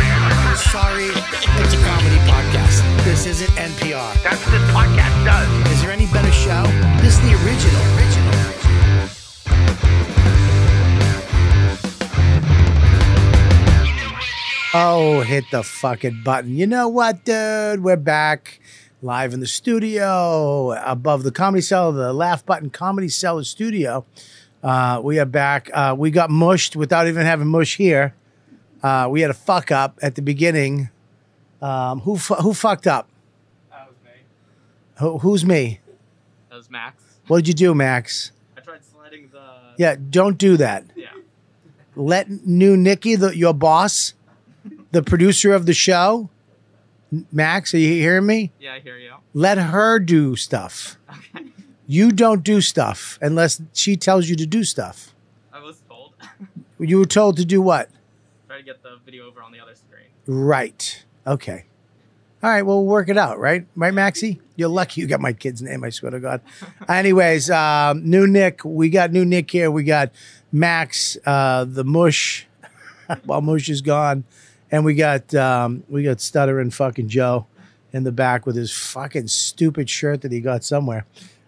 man? Sorry. It's a comedy podcast. This isn't NPR. That's what this podcast does. Is there any better show? This is the original. Original. Oh, hit the fucking button. You know what, dude? We're back live in the studio above the comedy cellar, the laugh button comedy cellar studio. Uh, we are back. Uh, we got mushed without even having mush here. Uh, we had a fuck up at the beginning. Um, who fu- who fucked up? That was me. Who, who's me? That was Max. What did you do, Max? I tried sliding the. Yeah, don't do that. Yeah. Let new Nikki, the, your boss, the producer of the show, N- Max, are you hearing me? Yeah, I hear you. Let her do stuff. You don't do stuff unless she tells you to do stuff. I was told. You were told to do what? Try to get the video over on the other screen. Right. Okay. All right. Well, we'll work it out, right? Right, Maxie? You're lucky you got my kid's name, I swear to God. Anyways, um, new Nick. We got new Nick here. We got Max, uh, the mush, while mush is gone. And we got um, we got stuttering fucking Joe in the back with his fucking stupid shirt that he got somewhere.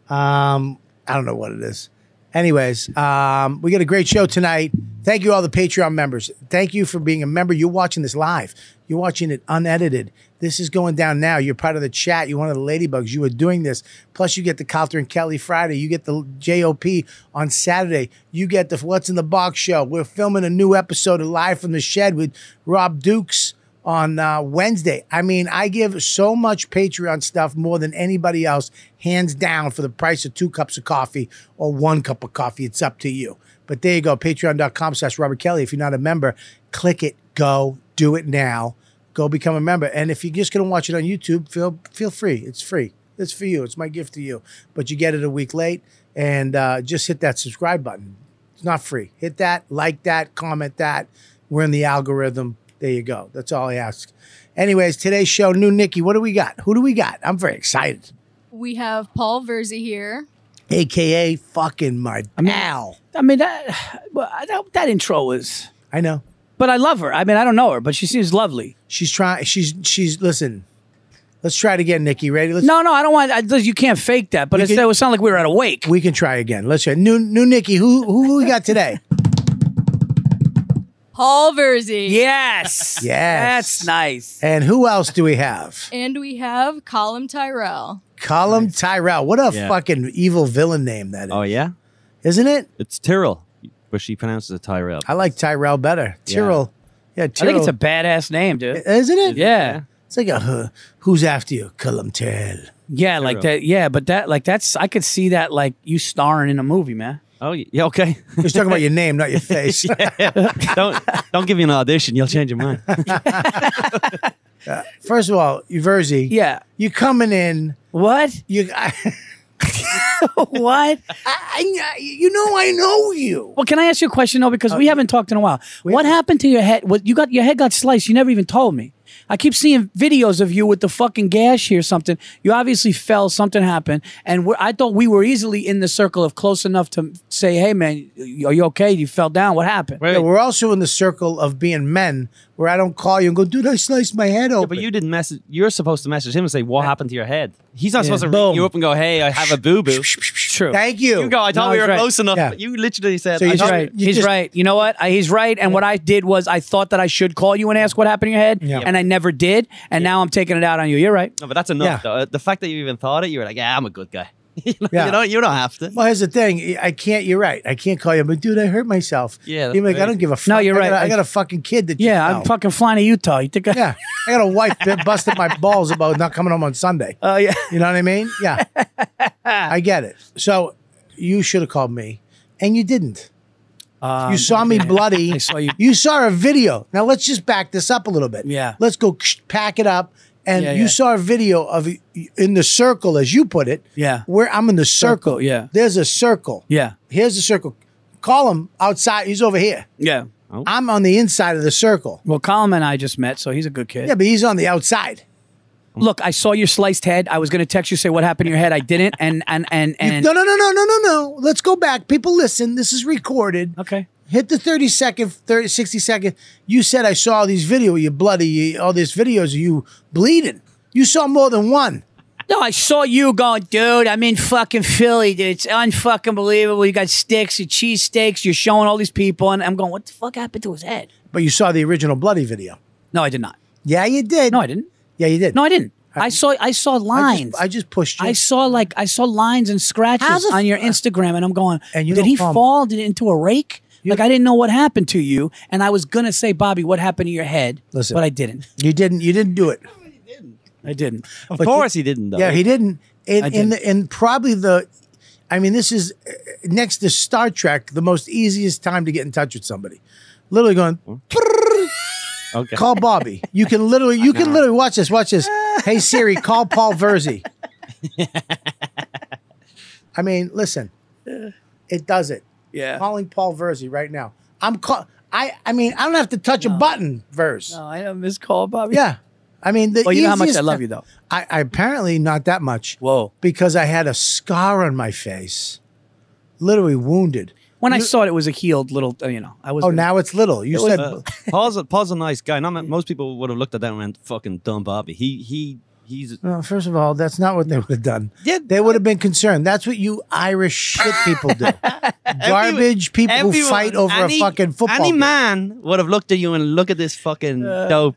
Um, I don't know what it is. Anyways, um, we got a great show tonight. Thank you, all the Patreon members. Thank you for being a member. You're watching this live. You're watching it unedited. This is going down now. You're part of the chat. You're one of the ladybugs. You are doing this. Plus, you get the Calter and Kelly Friday. You get the JOP on Saturday. You get the What's in the Box show. We're filming a new episode of Live from the Shed with Rob Dukes on uh, Wednesday. I mean, I give so much Patreon stuff more than anybody else, hands down, for the price of two cups of coffee or one cup of coffee. It's up to you. But there you go, patreon.com slash Robert Kelly. If you're not a member, click it, go, do it now. Go become a member. And if you're just going to watch it on YouTube, feel feel free. It's free. It's for you. It's my gift to you. But you get it a week late and uh, just hit that subscribe button. It's not free. Hit that, like that, comment that. We're in the algorithm. There you go. That's all I ask. Anyways, today's show, new Nikki. What do we got? Who do we got? I'm very excited. We have Paul Verzi here. AKA fucking my pal. I mean, that, well, I don't- that intro was. I know. But I love her. I mean, I don't know her, but she seems lovely. She's trying. She's she's listen. Let's try it again, Nikki. Ready? Let's. No, no, I don't want. I, you can't fake that. But it's, can- it would sound like we were at a wake. We can try again. Let's try. New new Nikki. Who who we got today? Paul Verzi. yes. yes. That's nice. And who else do we have? And we have Colin Tyrell. Colum Tyrell. What a Yeah. fucking evil villain name that is. Oh yeah, Isn't it? it's Tyrell, but she pronounces it Tyrell. I like Tyrell better. Tyrell. Yeah, I think Tyrell. it's a badass name, dude. Isn't it? Yeah. It's like a huh, who's after you, Colum Tyrell. Yeah, like Tyrell. that. Yeah, but that, like, that's, I could see that, like, you starring in a movie, man. Oh yeah, okay. He's talking about your name, not your face. don't don't give me an audition. You'll change your mind. First of all, Verzi, Yeah. you're coming in. What? You, I, what? I, you know, I know you. Well, can I ask you a question though? Because we haven't talked in a while. What happened to your head? What you got? Your head got sliced. You never even told me. I keep seeing videos of you with the fucking gash here. Something you obviously fell. Something happened, and we I thought we were easily in the circle of close enough to say, "Hey, man, are you okay? You fell down. What happened?" Wait, Yeah, we're also in the circle of being men, where I don't call you and go, "Dude, I sliced my head open." but you didn't message. You're supposed to message him and say what happened to your head. He's not supposed to Boom. ring you up and go, "Hey, I have a boo boo." True. Thank you. You go. I thought No, we he's were right. close enough. Yeah. But you literally said. So I you He's thought- right. you He's just- right. You know what? I, he's right. And what I did was I thought that I should call you and ask what happened to your head, Yeah. and I never did. And now I'm taking it out on you. You're right. No, but that's Yeah. enough. Though. The fact that you even thought it, you were like, "Yeah, I'm a good guy." you, know, Yeah. you don't. You don't have to. Well, here's the thing. I can't. You're right. I can't call you. But dude, I hurt myself. Yeah, that's You're like, I don't crazy. give a fuck. No, you're I right. Got a, I I- got a fucking kid that. Yeah, just, I'm fucking flying to Utah. You think? I, Yeah, I got a wife that busted my balls about not coming home on Sunday. Oh yeah. You know what I mean? Yeah. I get it. So you should have called me and you didn't. you saw me bloody. Um, I saw you- saw a video. Now let's just back this up a little bit. Yeah. Let's go ksh, pack it up. And Yeah, you yeah. saw a video of y- in the circle, as you put it. Yeah. Where I'm in the circle. Circle, yeah. There's a circle. Yeah. Here's the circle. Call him outside. He's over here. Yeah. I'm on the inside of the circle. Well, Colin and I just met, so he's a good kid. Yeah, but he's on the outside. Look, I saw your sliced head. I was going to text you say what happened to your head. I didn't, and and and You- and no, no, no, no, no, no, no. Let's go back. People listen. This is recorded. okay. Hit the 30 second, 30, 60 second. You said I saw all these videos, you bloody, you- all these videos of you bleeding. You saw more than one. No, I saw you going, dude. I'm in fucking Philly, dude. It's unfucking believable. You got sticks, your cheese steaks. You're showing all these people, and I'm going, what the fuck happened to his head? But you saw the original bloody video. No, I did not. Yeah, you did. No, I didn't. Yeah, you did. No, I didn't. I saw I saw I lines. just, I just pushed you. I saw like I saw lines and How scratches the f- on your Instagram, and I'm going, And you did don't he call me. fall? Did it into a rake? like I didn't know what happened to you, and I was gonna say, Bobby, what happened to your head? Listen. but I didn't. you didn't. You didn't do it. I didn't. Of But you- course he didn't, though. Yeah, he didn't. And, I and, the, and probably the, I mean, this is uh, next to Star Trek, the most easiest time to get in touch with somebody. Literally going, "Prrrr, Okay. call Bobby. You can literally, you can literally watch this, watch this. Hey Siri, call Paul Verzi. I mean, listen, it does it. Yeah. Calling Paul Verzi right now. I'm call. I I mean, I don't have to touch a button, Verz. No, I don't miss call, Bobby. Yeah. I mean, the Well, you know how much I easiest- love you, though. I, I apparently not that much Whoa. because I had a scar on my face, literally wounded. When I saw it, it was a healed little. uh, You know, I was. Oh, now it's little. You said Uh, Paul's a, Paul's a nice guy. Not, ma- most people would have looked at that and went, "Fucking dumb Bobby." He he he's Well, first of all, that's not what they would have done. they would have been concerned. That's what you Irish shit people do. Garbage people who Everyone- fight over any- a fucking football. Any game. man would have looked at you and look at this fucking dope.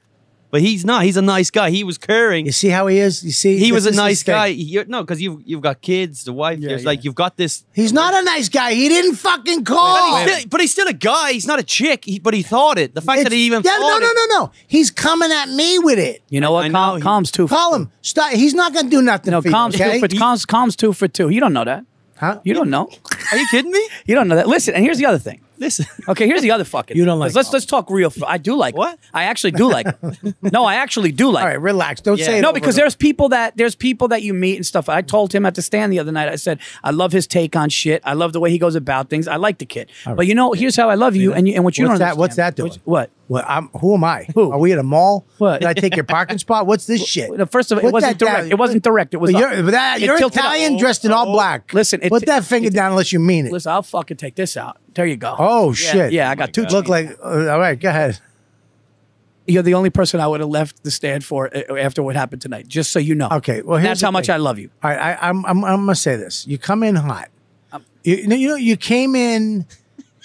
But he's not. He's a nice guy. He was caring. You see how he is? You see, This He was a is his nice thing. guy. You're, no, because you've you've got kids, the wife. Yeah, there's yeah. like you've got this. He's not a nice guy. He didn't fucking call. But he's, still, but he's still a guy. He's not a chick. He, but he thought it. The fact that It's- he even yeah, no, thought no, it- no, no. He's coming at me with it. You know I what? know Calm, he- calm's too. Call him. Stop. He's not gonna do nothing. No, for you, calm's okay? two for calm's, calm's two for two. You don't know that. Huh? You don't know. Are you kidding me? You don't know that. Listen, and here's the other thing. Listen, Okay, here's the other fucking. You don't like Let's let's talk real. I do like. What? It. I actually do like. It. No, I actually do like. All it. right, relax. Don't Yeah. say it No, over because and over. there's people that there's people that you meet and stuff. I told him at the stand the other night. I said I love his take on shit. I love the way he goes about things. I like the kid. But you know, here's how I love you and you, and what you What's don't. that- what's understand. that doing? Which- What? Well, I'm, who am I? Who? Are we at a mall? What? Did I take your parking spot? What's this shit? The First of all, it Put wasn't that down. direct. It wasn't direct. It was. But up. you're, but that, It you're tilted up. Italian dressed in all black. Listen, it- put that finger down unless you mean it. Listen, I'll fucking take this out. There you go. oh Yeah, shit! Yeah, I got two. look like. uh, all right, go ahead. You're the only person I would have left the stand for uh, after what happened tonight. Just so you know. Okay, well, here's that's the how much thing. I love you. All right, I, I'm, I'm I'm gonna say this. You come in hot. Um, You, you know, you know, you came in.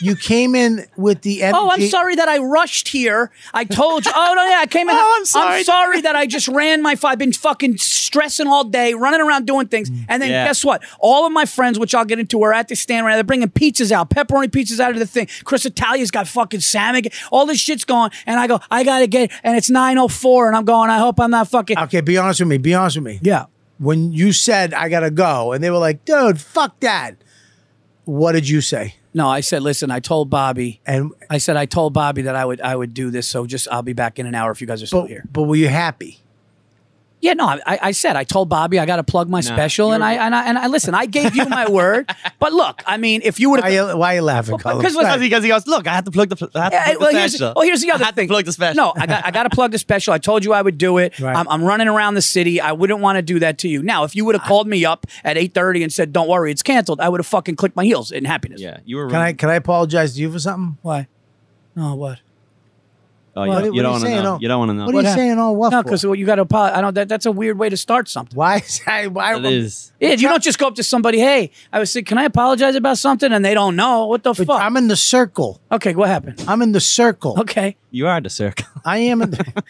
You came in with the energy. Oh, I'm sorry that I rushed here. I told you. Oh no, yeah, I came in. Oh, I'm sorry. I'm sorry that I just ran my. I've been fucking stressing all day, running around doing things, and then Yeah. guess what? All of my friends, which I'll get into, are at the stand right now. They're bringing pizzas out, pepperoni pizzas out of the thing. Chris Italia's got fucking salmon. All this shit's going, and I go, I gotta get. And it's 9:04, and I'm going. I hope I'm not fucking. Okay, be honest with me. Be honest with me. yeah. When you said I gotta go, and they were like, "Dude, fuck that." What did you say? No, I said, listen. I told Bobby. And I said I told Bobby that I would I would do this. So just I'll be back in an hour if you guys are still but here. but were you happy? Yeah, no, I, I said I told Bobby I got to plug my special, and I, and I and I listen. I gave you my word, but look, I mean, if you would Why have. you, why you laughing, Colin? because what's- because he goes, he goes, look, I had to plug the, pl- I had to Yeah, plug well, the here's, special. oh, here's the other I had thing. to plug the special. No, I got, I got to plug the special. I told you I would do it. Right. I'm, I'm running around the city. I wouldn't want to do that to you. Now, if you would have called me up at 8:30 and said, "Don't worry, it's canceled," I would have fucking clicked my heels in happiness. yeah, you were. Can I can I apologize to you for something? Why? No, what? Oh, What- you, what you are don't want to saying, know. oh? You don't want to know. What, are you hap- saying? All what? No, for? because well, you got to apologize. I don't. That, that's a weird way to start something. why? Is that, why? It is. Yeah, you don't just go up to somebody. Hey, I was saying, can I apologize about something? And they don't know what the But fuck. I'm in the circle. okay, what happened? I'm in the circle. Okay. You are the circle. I am. In the,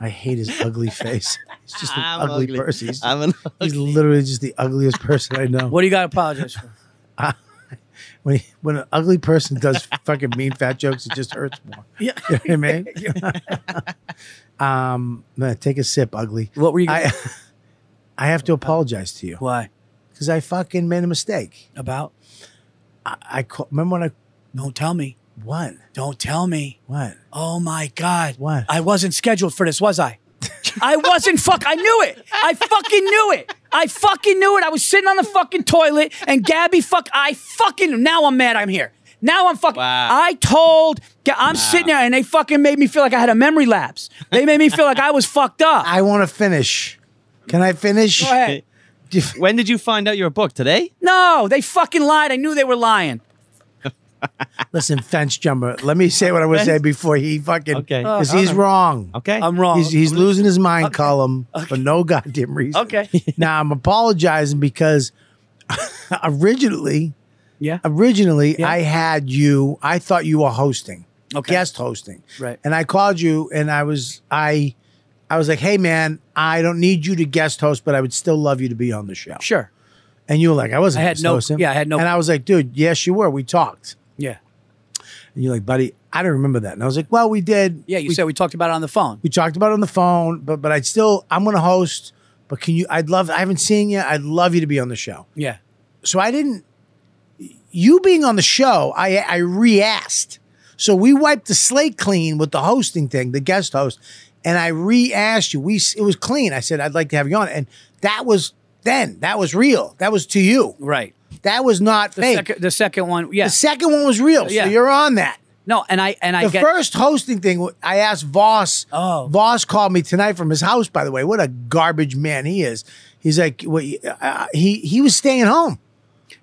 I hate his ugly face. He's just an I'm ugly, ugly. person. He's, I'm an, he's literally just the ugliest person I know. What do you got to apologize for? When he- when an ugly person does fucking mean fat jokes, it just hurts more. Yeah. You know what I mean? um, man, take a sip, ugly. What were you? Gonna, I I have to apologize to you why because I fucking made a mistake. about? I, I call, remember when I Don't tell me. what Don't tell me. what Oh my God. What? I wasn't scheduled for this, was I? I wasn't fuck. I knew it. I fucking knew it. I fucking knew it. I was sitting on the fucking toilet and Gabby fuck. I fucking now I'm mad. I'm here. Now I'm fucking. Wow. I told. Ga- I'm sitting there and they fucking made me feel like I had a memory lapse. They made me feel like I was fucked up. I want to finish. Can I finish? Go ahead. When did you find out you were booked? Today? No, they fucking lied. I knew they were lying. Listen, fence jumper. Let me say what I would say before he fucking. Okay. Oh, Because he's wrong. Okay. I'm wrong. He's, he's losing his mind, column, for no goddamn reason. Okay. now I'm apologizing because originally, yeah. originally Yeah. I had you. I thought you were hosting, Okay. guest hosting, Right. And I called you, and I was I, I was like, hey man, I don't need you to guest host, but I would still love you to be on the show. Sure. And you were like, I wasn't. I had guest no- hosting. yeah, I had no- And I was like, dude, yes, you were. We talked. Yeah. And you're like, buddy, I don't remember that. And I was like, well, we did. Yeah. You we said we talked about it on the phone. we talked about it on the phone, but but I still I'm gonna host. But can you? I'd love. I haven't seen you. I'd love you to be on the show. Yeah. So I didn't. You being on the show, I I re-asked. So we wiped the slate clean with the hosting thing, the guest host, and I re-asked you. We s- it was clean. I said I'd like to have you on, and that was then. That was real. That was to you. Right. That was not The, fake. second, the second one. Yeah. the second one was real. Yeah. So you're on that. no. And I and I The get. first hosting thing, I asked Voss. Oh. Voss called me tonight from his house. By the way, what a garbage man he is. He's like, what, uh, he he was staying home.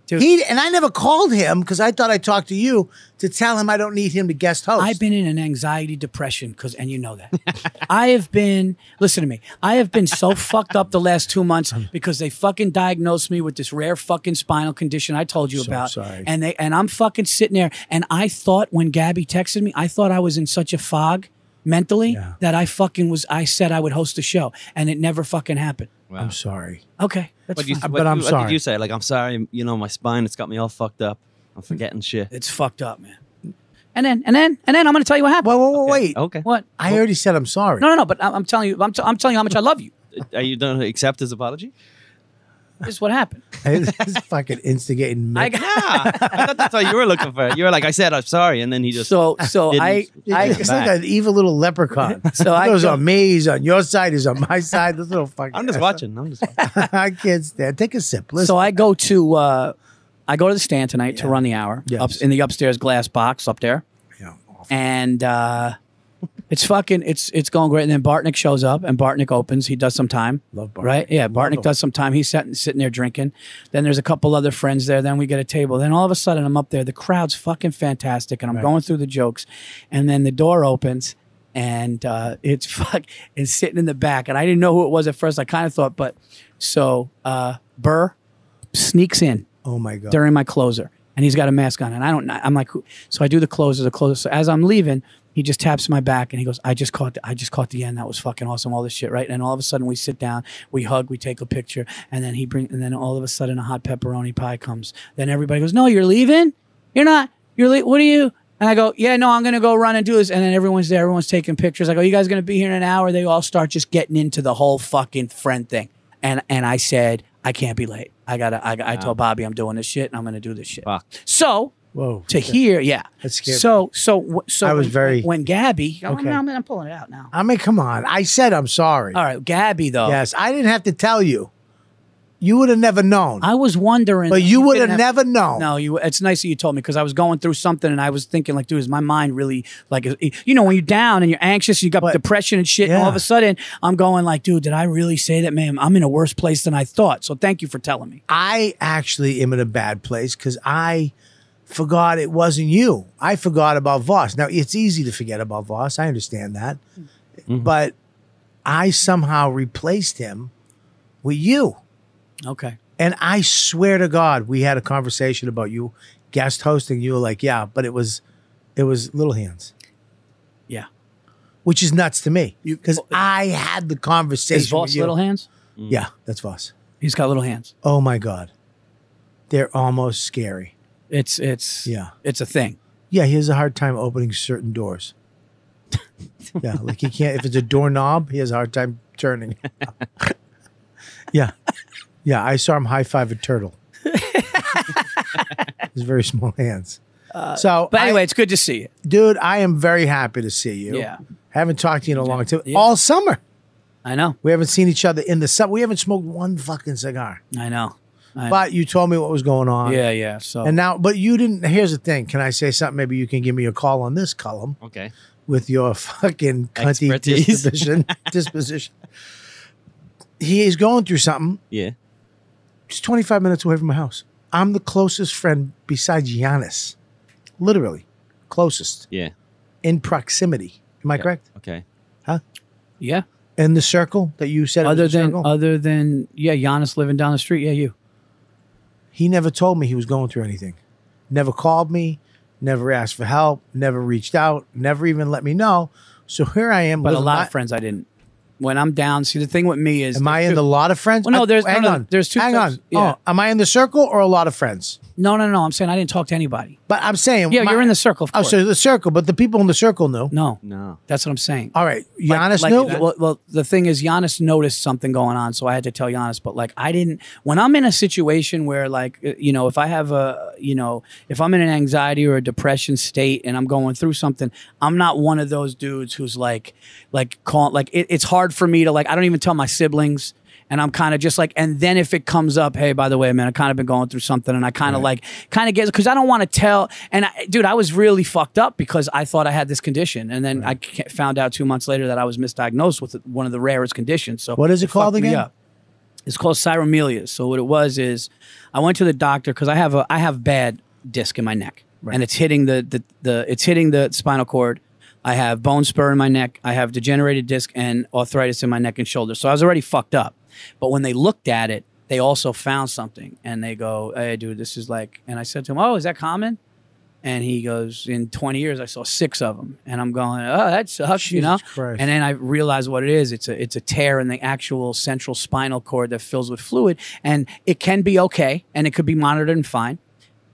Dude. He and I never called him because I thought I talked to you to tell him I don't need him to guest host. I've been in an anxiety depression because, and you know that. I have been, listen to me, I have been so fucked up the last two months because they fucking diagnosed me with this rare fucking spinal condition I told you So about. sorry. And they, and I'm fucking sitting there and I thought when Gabby texted me, I thought I was in such a fog mentally Yeah. that I fucking was, I said I would host a show and it never fucking happened. I'm sorry. Okay. That's What you, fine. what, But I'm what sorry. did you say? Like, I'm sorry, you know, my spine, it's got me all fucked up. I'm forgetting shit. It's fucked up, man. And then, and then, and then I'm going to tell you what happened. Whoa, whoa, whoa, wait. Okay. What? I already said I'm sorry. No, no, no. But I'm, I'm telling you, I'm, t- I'm telling you how much I love you. Are you done to accept his apology? This is what happened. He's fucking instigating. I Mick. got, Yeah. I thought that's what you were looking for. You were like, I said, I'm sorry. And then he just. so so didn't- I I it's like an evil little leprechaun. So I Those go- on me, he's on your side, he's on my side. This little fucking. I'm just watching. I'm just watching. I can't stand. Take a sip. Listen. so I go to uh, I go to the stand tonight to run the hour Yes. up in the upstairs glass box up there, Yeah. and uh, it's fucking it's it's going great. And then Bartnick shows up, and Bartnick opens. He does some time. Love Bartnick. Right? Yeah, Bartnick him. does some time. He's sitting sitting there drinking. Then there's a couple other friends there. Then we get a table. Then all of a sudden I'm up there. The crowd's fucking fantastic, and I'm going through the jokes, and then the door opens. And uh, it's fuck it's sitting in the back, and I didn't know who it was at first. I kind of thought, but so uh, Burr sneaks in Oh my god. during my closer, and he's got a mask on, and I don't. I'm like, who- so I do the closer, the closer. So as I'm leaving, he just taps my back, and he goes, "I just caught, the, I just caught the end. That was fucking awesome. All this shit, right?" And all of a sudden, we sit down, we hug, we take a picture, and then he bring, and then all of a sudden, a hot pepperoni pie comes. Then everybody goes, "No, you're leaving? You're not? You're le- what are you?" And I go, yeah, no, I'm gonna go run and do this. And then everyone's there, everyone's taking pictures. I go, you guys gonna be here in an hour? They all start just getting into the whole fucking friend thing. And and I said, I can't be late. I gotta. I, I told Bobby I'm doing this shit, and I'm gonna do this shit. Fuck. So Whoa. to hear, yeah. That's scary. So so so I was when- very- when Gabby. Oh, Okay. no, I'm, I'm pulling it out now. I mean, come on. I said I'm sorry. All right, Gabby though. Yes, I didn't have to tell you. You would have never known. I was wondering, but you would have didn't never known. No, you. It's nice that you told me because I was going through something and I was thinking, like, dude, is my mind really like, is- you know, when you're down and you're anxious, you got But- depression and shit, and all Yeah. of a sudden I'm going, like, dude, did I really say that, man? I'm in a worse place than I thought. So thank you for telling me. I actually am in a bad place because I forgot it wasn't you. I forgot about Voss. Now it's easy to forget about Voss. I understand that, Mm-hmm. but I somehow replaced him with you. Okay. And I swear to God, we had a conversation about you guest hosting. You were like, "Yeah," but it was, it was Little Hands. Yeah. which is nuts to me You- because I had the conversation. Is Voss with you. little hands? Yeah, that's Voss. He's got little hands. Oh my God, they're almost scary. It's it's Yeah. It's a thing. Yeah, he has a hard time opening certain doors. yeah, like he can't. If it's a doorknob, he has a hard time turning. yeah, yeah. I saw him high five a turtle. His very small hands. so, Uh, But I- anyway, it's good to see you. dude, I am very happy to see you. Yeah. haven't talked to you in a long time. Yeah. All summer. I know. We haven't seen each other in the sub. We haven't smoked one fucking cigar. I know. I- But you told me what was going on. yeah, yeah. So And now, but you didn't. Here's the thing. Can I say something? Maybe you can give me a call on this column Okay. with your fucking cunty Expertise. disposition. disposition. He is going through something. Yeah. Just 25 minutes away from my house. I'm the closest friend besides Giannis. Literally, closest Yeah. in proximity. Am I Yeah. correct? Okay. yeah. In the circle that you said. it was Other a than circle? other than yeah, Giannis living down the street. Yeah, you. He never told me he was going through anything. Never called me, never asked for help, never reached out, never even let me know. So here I am. But a living lot my- of friends I didn't. When I'm down, see the thing with me is Am I in the lot of friends? Well, no, there's- hang no, no, on. there's two Hang types. on. Yeah. Oh, am I in the circle or a lot of friends? no, no, no. I'm saying I didn't talk to anybody. But I'm saying, Yeah, my- you're in the circle. Of Oh, course. so the circle, but the people in the circle knew. no, No. that's what I'm saying. All right, Giannis like, knew. like, well, well, the thing is, Giannis noticed something going on, so I had to tell Giannis. But like, I didn't. When I'm in a situation where, like, uh, you know, if I have a, you know, if I'm in an anxiety or a depression state and I'm going through something, I'm not one of those dudes who's like, like, call, like, it, it's hard for me to like. I don't even tell my siblings. And I'm kind of just like, and then if it comes up, hey, by the way, man, I kind of been going through something, and I kind of like, kind of get because I don't want to tell. And I, dude, I was really fucked up because I thought I had this condition, and then I ca- found out two months later that I was misdiagnosed with one of the rarest conditions. So What is it called fucked me again? up. It's called cyromelia. So what it was is, I went to the doctor because I have a I have bad disc in my neck, and it's hitting the, the the it's hitting the spinal cord. I have bone spur in my neck. I have degenerated disc and arthritis in my neck and shoulder. So I was already fucked up. But when they looked at it, they also found something, and they go, "Hey, dude, this is like." And I said to him, "Oh, is that common?" And he goes, "In 20 years, I saw six of them." And I'm going, "Oh, that sucks," you Jesus know. Christ. And and then I realized what it is. It's a it's a tear in the actual central spinal cord that fills with fluid, and it can be okay, and it could be monitored and fine.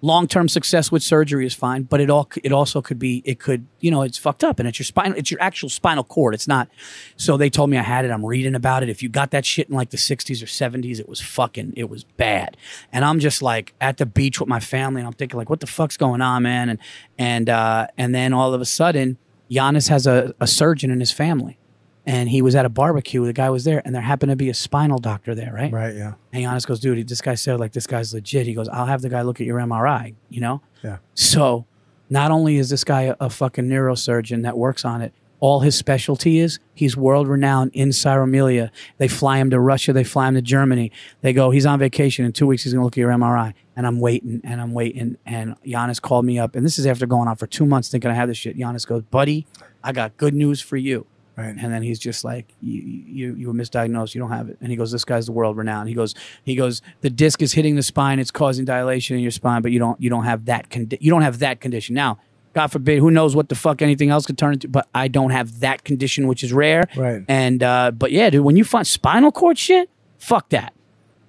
Long term success with surgery is fine, but it all it also could be it could you know it's fucked up, and it's your spinal it's your actual spinal cord. It's not. So they told me I had it. I'm reading about it. If you got that shit in like the 60s or 70s, it was fucking it was bad. And I'm just like at the beach with my family, and I'm thinking like, what the fuck's going on, man? And and uh, and then all of a sudden. Giannis has a, a surgeon in his family and he was at a barbecue. The guy was there, and there happened to be a spinal doctor there, right? right. Yeah. And Giannis goes, dude, this guy said like this guy's legit. He goes, I'll have the guy look at your MRI, you know? Yeah. So not only is this guy a, a fucking neurosurgeon that works on it, all his specialty is he's world renowned in Cyromelia. They fly him to Russia, they fly him to Germany. They go, he's on vacation. In two weeks, he's gonna look at your MRI. And I'm waiting and I'm waiting. And Giannis called me up. And this is after going on for two months thinking I had this shit. Giannis goes, buddy, I got good news for you. Right. And then he's just like, you, you, you were misdiagnosed. You don't have it. And he goes, this guy's the world renowned. He goes, he goes, the disc is hitting the spine. It's causing dilation in your spine, but you don't, you don't have that condi- You don't have that condition. Now, God forbid, who knows what the fuck anything else could turn into, but I don't have that condition, which is rare. Right. And, uh, but yeah, dude, when you find spinal cord shit, fuck that.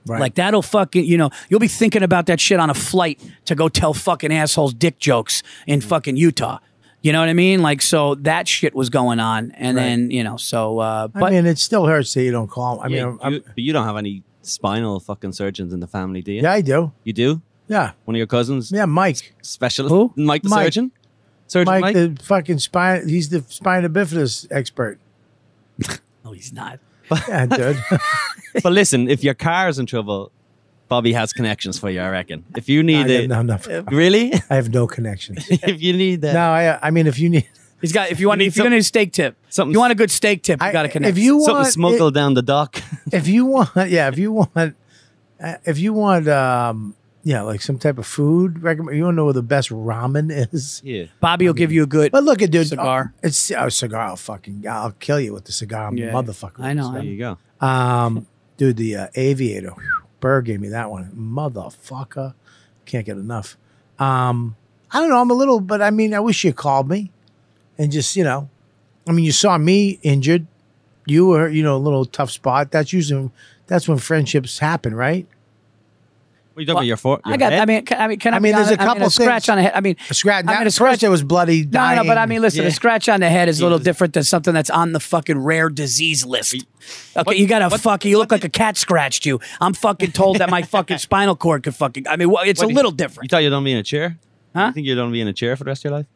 Right. Like that'll fucking you know you'll be thinking about that shit on a flight to go tell fucking assholes dick jokes in Mm-hmm. fucking Utah. You know what I mean? Like so that shit was going on, and Right. then you know so uh, I but mean, it still hurts that you don't call. I mean, Yeah, I'm- I'm- you, but you don't have any spinal fucking surgeons in the family, do you? yeah, I do. You do? Yeah. One of your cousins? Yeah, Mike. Specialist? Who? Mike the Mike. surgeon? Surgeon Mike, Mike? the fucking spine. He's the spina bifida expert. no, he's not. Yeah, dude. but listen, if your car's in trouble, Bobby has connections for you, I reckon. If you need I, it. no, no, Really? I have no connection. if you need that. No, I. I mean, if you need, He's got if you want need if you're some- gonna need a steak tip, something- you want a good steak tip, you I, got to connect. If you want Something smuggled down the dock. if you want, yeah, if you want, uh, if you want, um, yeah, like some type of food recommend. You want to know where the best ramen is? yeah. Bobby will give you a good. But look at dude, Cigar. oh, it's a cigar. I'll fucking, I'll kill you with the cigar, Yeah. motherfucker. I know. There you go. Um, dude, the uh, aviator. whew, Burr gave me that one. Motherfucker, can't get enough. Um, I don't know. I'm a little, but I mean, I wish you called me, and just you know, I mean, you saw me injured. You were, you know, a little tough spot. That's usually that's when friendships happen, right? What are you talking Well, about? Your, for- your I got. head? I mean, can, I mean, can I, I mean, be there's a honest? I mean, couple scratch things- on the head. I mean, A scratch. I Not, mean, a at first, scratch. it was bloody. No, Dying. no, but I mean, listen, Yeah. a scratch on the head is a little Jesus. different than something that's on the fucking rare disease list. Okay, you got a fucking, you look like a cat scratched you. I'm fucking told that my fucking spinal cord could fucking, I mean, wha- it's What a do you- little You different. thought you'd only be in a chair? Huh? You think you'd only be in a chair for the rest of your life?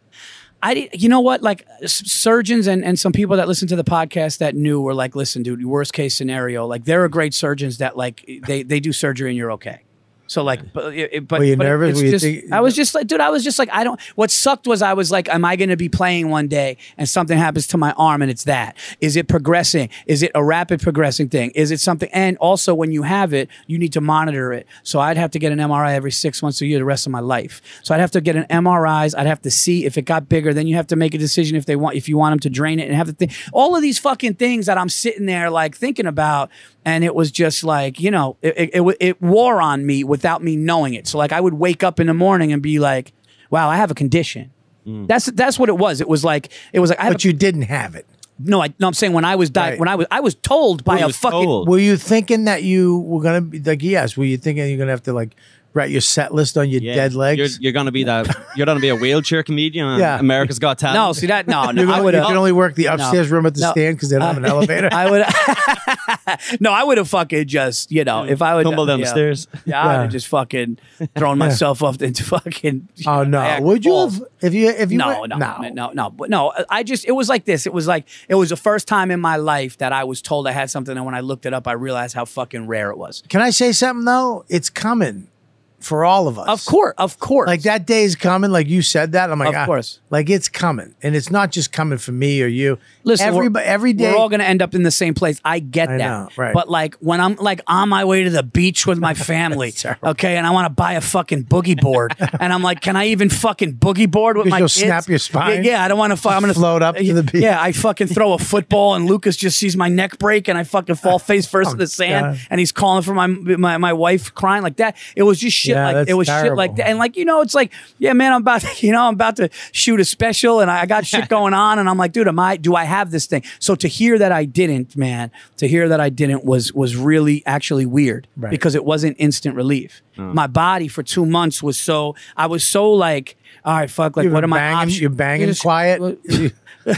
I did, you know what? Like s- surgeons and, and some people that listen to the podcast that knew were like, listen, dude, worst case scenario, like there are great surgeons that like they, they do surgery and you're okay. So like, but it- it- but Were you but nervous? it's Were you just- think- I was just like, dude, I was just like, I don't. What sucked was I was like, am I going to be playing one day and something happens to my arm and it's that? Is it progressing? Is it a rapid progressing thing? Is it something? And also, when you have it, you need to monitor it. So I'd have to get an MRI every six months a year the rest of my life. So I'd have to get an MRIs. I'd have to see if it got bigger. Then you have to make a decision if they want if you want them to drain it and have the thing. All of these fucking things that I'm sitting there like thinking about and it was just like you know it, it, it, w- it wore on me without me knowing it so like i would wake up in the morning and be like wow i have a condition that's that's what it was it was like it was like i have But you didn't have it. a, no i no i'm saying when i was di- Right. when i was i was told by Well, you a was fucking told. Were you thinking that you were gonna be like yes? Were you thinking you're gonna have to like write your set list on your Yeah. dead legs? You're, you're gonna be that. You're gonna be a wheelchair comedian. on Yeah. America's Got Talent. no see that no no You're i gonna- would you can have only work the upstairs room at the No. stand because they don't have an elevator. I would, no, I would have fucking just, you know, if I would tumble down yeah. the stairs. yeah, I would Yeah. have just fucking thrown myself off into fucking. oh no! kayak Would you balls. have if you if you no, went- no, no, no, no, but no. I just it was like this. It was like it was the first time in my life that I was told I had something, and when I looked it up, I realized how fucking rare it was. Can I say something though? It's coming for all of us. Of course, of course, Like that day is coming. Like you said that. I'm like, Of ah, course. Like it's coming, and it's not just coming for me or you. Listen, we're- everybody, every day- We're all gonna end up in the same place. I get I that. know, right. But like when I'm like on my way to the beach with my family, okay, and I want to buy a fucking boogie board, and I'm like, can I even fucking boogie board with Because my you'll kids? snap your spine. Yeah, yeah I don't want to. I'm gonna Float up to the beach. Yeah, I fucking throw a football, and Lucas just sees my neck break, and I fucking fall face first in the sand, Oh, God. and he's calling for my, my my wife crying like that. It was just shit Yeah, like that's it was shit like terrible. that, and like you know, it's like yeah, man, I'm about to, you know I'm about to shoot a special, and I got shit going on, and I'm like, dude, am I do I have this thing? So to hear that I didn't, man, to hear that I didn't was was really actually weird Right. because it wasn't instant relief. My body for two months was so I was so like. All right, fuck. Like, You've what been am I? banging, options? You're banging Just- quiet.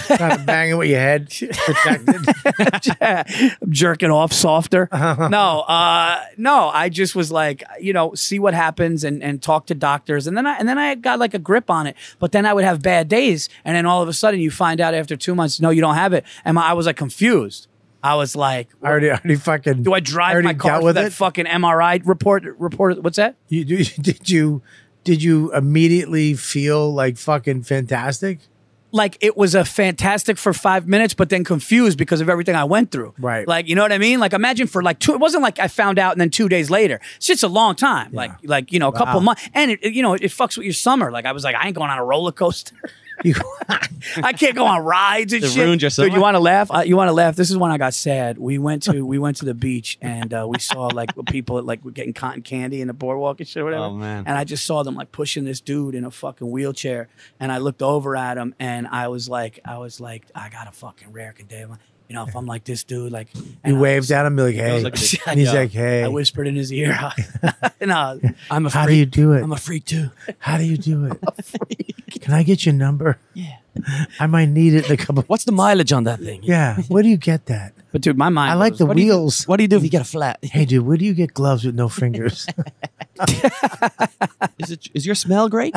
kind of banging with your head protected. I'm jerking off softer. Uh-huh. no, uh, no. I just was like, you know, see what happens and and talk to doctors, and then I and then I got like a grip on it. But then I would have bad days, and then all of a sudden you find out after two months, no, you don't have it. And my, I was like confused. I was like, I already, I already fucking. do I drive already my car dealt with with that it? fucking MRI report? Report? What's that? You, do, did you did you immediately feel like fucking fantastic? like it was a fantastic for five minutes, but then confused because of everything I went through. Right. Like, you know what I mean? Like imagine for like two, it wasn't like I found out and then two days later. It's just a long time. Like, like, you know, a couple months. And it, it- you know, it, fucks with your summer. Like I was like, I ain't going on a roller coaster. You, I can't go on rides and They shit. ruined your Dude, summer? you want to laugh? Uh, you want to laugh? This is when I got sad. We went to, we went to the beach and uh, we saw like people like were getting cotton candy in the boardwalk and shit or whatever. Oh, man. And I just saw them like pushing this dude in a fucking wheelchair. And I looked over at him and I was like, I was like, I got a fucking rare condition. You know, if I'm like this dude, like, and you I- waved at him, be like, hey, like a- and he's Yeah. like, hey, I whispered in his ear, no, I'm a how do you freak. do it? I'm a freak too. how do you do it? Can I get your number? Yeah. I might need it in a couple. What's the mileage on that thing? Yeah, where do you get that? But dude, my mind. I like goes- the What do you- wheels. What do you do if you get a flat? Hey, dude, where do you get gloves with no fingers? Is it? Is your smell great?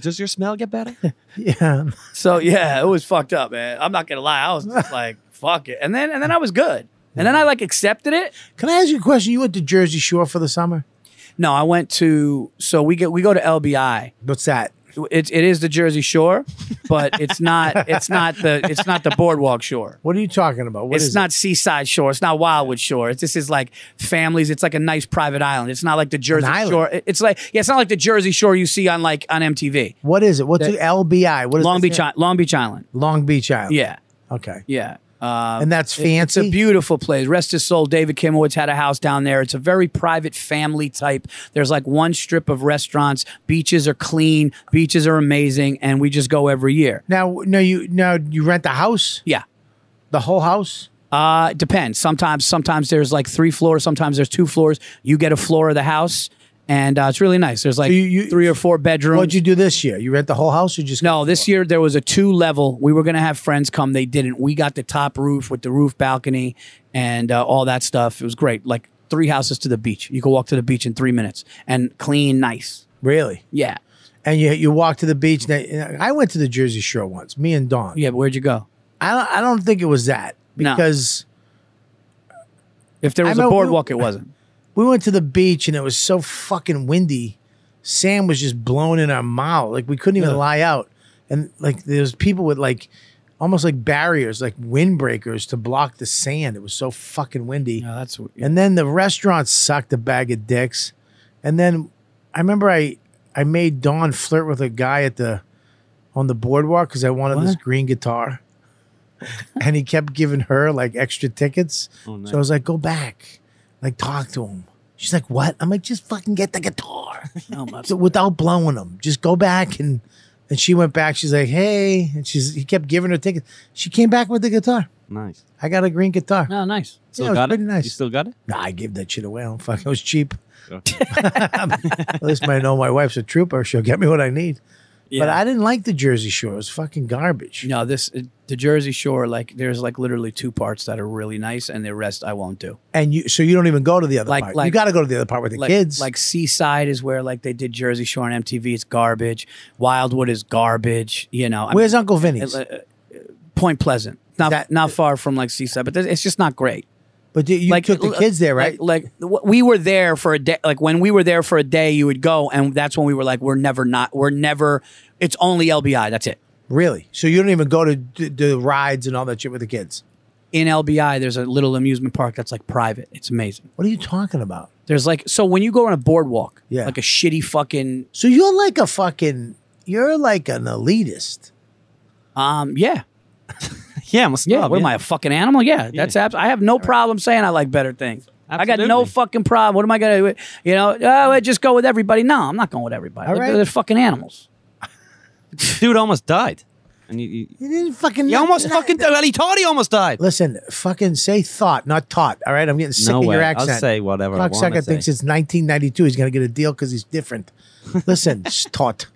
Does your smell get better? yeah, So yeah, it was fucked up, man. I'm not gonna lie. I was just like, fuck it. And then and then I was good. And then I like accepted it. Can I ask you a question? You went to Jersey Shore for the summer. No, I went to so we get we go to LBI. What's that? It, it is the Jersey Shore, but it's not it's not the it's not the boardwalk shore. What are you talking about? What is it's not seaside shore. It's not Wildwood shore. It's, this is like families. It's like a nice private island. It's not like the Jersey island? Shore. It- It's like yeah, it's not like the Jersey Shore you see on like on MTV. It? What is it? What's it? LBI? What is Long this Beach thing? I- Long Beach Island. Long Beach Island. Yeah, Okay. yeah. Um, And that's It's a fancy. beautiful place. Rest his soul. David Kimowitz had a house down there. It's a very private family type. There's like one strip of restaurants. Beaches are clean. Beaches are amazing, and we just go every year. now, no, you now you rent the house, Yeah. the whole house. Uh, it depends. Sometimes, sometimes there's like three floors. Sometimes there's two floors. You get a floor of the house, and uh, it's really nice. There's like you- you- three or four bedrooms. What'd you do this year? You rent the whole house or just No, this year there was a two level. We were going to have friends come. They didn't. We got the top roof with the roof balcony and uh, all that stuff. It was great. Like three houses to the beach. You could walk to the beach in three minutes and clean, nice. really? Yeah. and you you walk to the beach. And and I went to the Jersey Shore once, me and Dawn. Yeah, but where'd you go? I don't, I don't think it was that No. because If there I was know a we- boardwalk, it wasn't. we went to the beach and it was so fucking windy. Sand was just blowing in our mouth. Like we couldn't even Yeah. lie out. And like there's people with like almost like barriers, like windbreakers to block the sand. It was so fucking windy. No, that's And then the restaurant sucked a bag of dicks. And then I remember I I made Dawn flirt with a guy at the on the boardwalk because I wanted this What? green guitar. and he kept giving her like extra tickets. Oh, nice. So I was like, go back, like talk to him. She's like, what? I'm like, just fucking get the guitar no, Oh, my- So without blowing him. Just go back and and she went back. She's like, hey, and she's he kept giving her tickets. She came back with the guitar. nice. I got a green guitar. Oh, no, nice. Still it was got pretty it. nice. You still got it. Nah, I gave that shit away. I don't fuck. It was cheap. Okay. At least I know my wife's a trooper. She'll get me what I need. But I didn't like the Jersey Shore. It was fucking garbage. No, this uh, the Jersey Shore. Like, there's like literally two parts that are really nice, and the rest I won't do. And you, so you don't even go to the other Like- part. you like- got to go to the other part with the like, kids. Like Seaside is where like they did Jersey Shore on MTV. It's garbage. Wildwood is garbage. You know, I mean, where's Uncle Vinny's? uh, uh, Point Pleasant, not That- not far from like Seaside, but it's just not great. but you you like uh, took the kids there, right? Like, like w- we were there for a day. Like when we were there for a day, you would go, and that's when we were like, we're never not, we're never. It's only LBI. That's it. really? So you don't even go to d- the rides and all that shit with the kids? In LBI, there's a little amusement park that's like private. It's amazing. What are you talking about? There's like so when you go on a boardwalk, Yeah. like a shitty fucking So you're like a fucking, you're like an elitist. um yeah. yeah, I'm a Yeah, snob. what am I, a fucking animal? Yeah, that's abs- I have no problem saying I like better things. I got no Absolutely. fucking problem. What am I gonna, do? you know? Oh, I just go with everybody. No, I'm not going with everybody. All They're- right. They're, fucking animals. Dude almost died. And you, you, You didn't fucking. he almost fucking. Well, he thought he almost died. Listen, fucking say thought, not taught. All right, I'm getting sick no of way. your accent. I'll say whatever I Cocksucker want to say. thinks it's 1992. He's going to get a deal because he's different. Listen, Stott.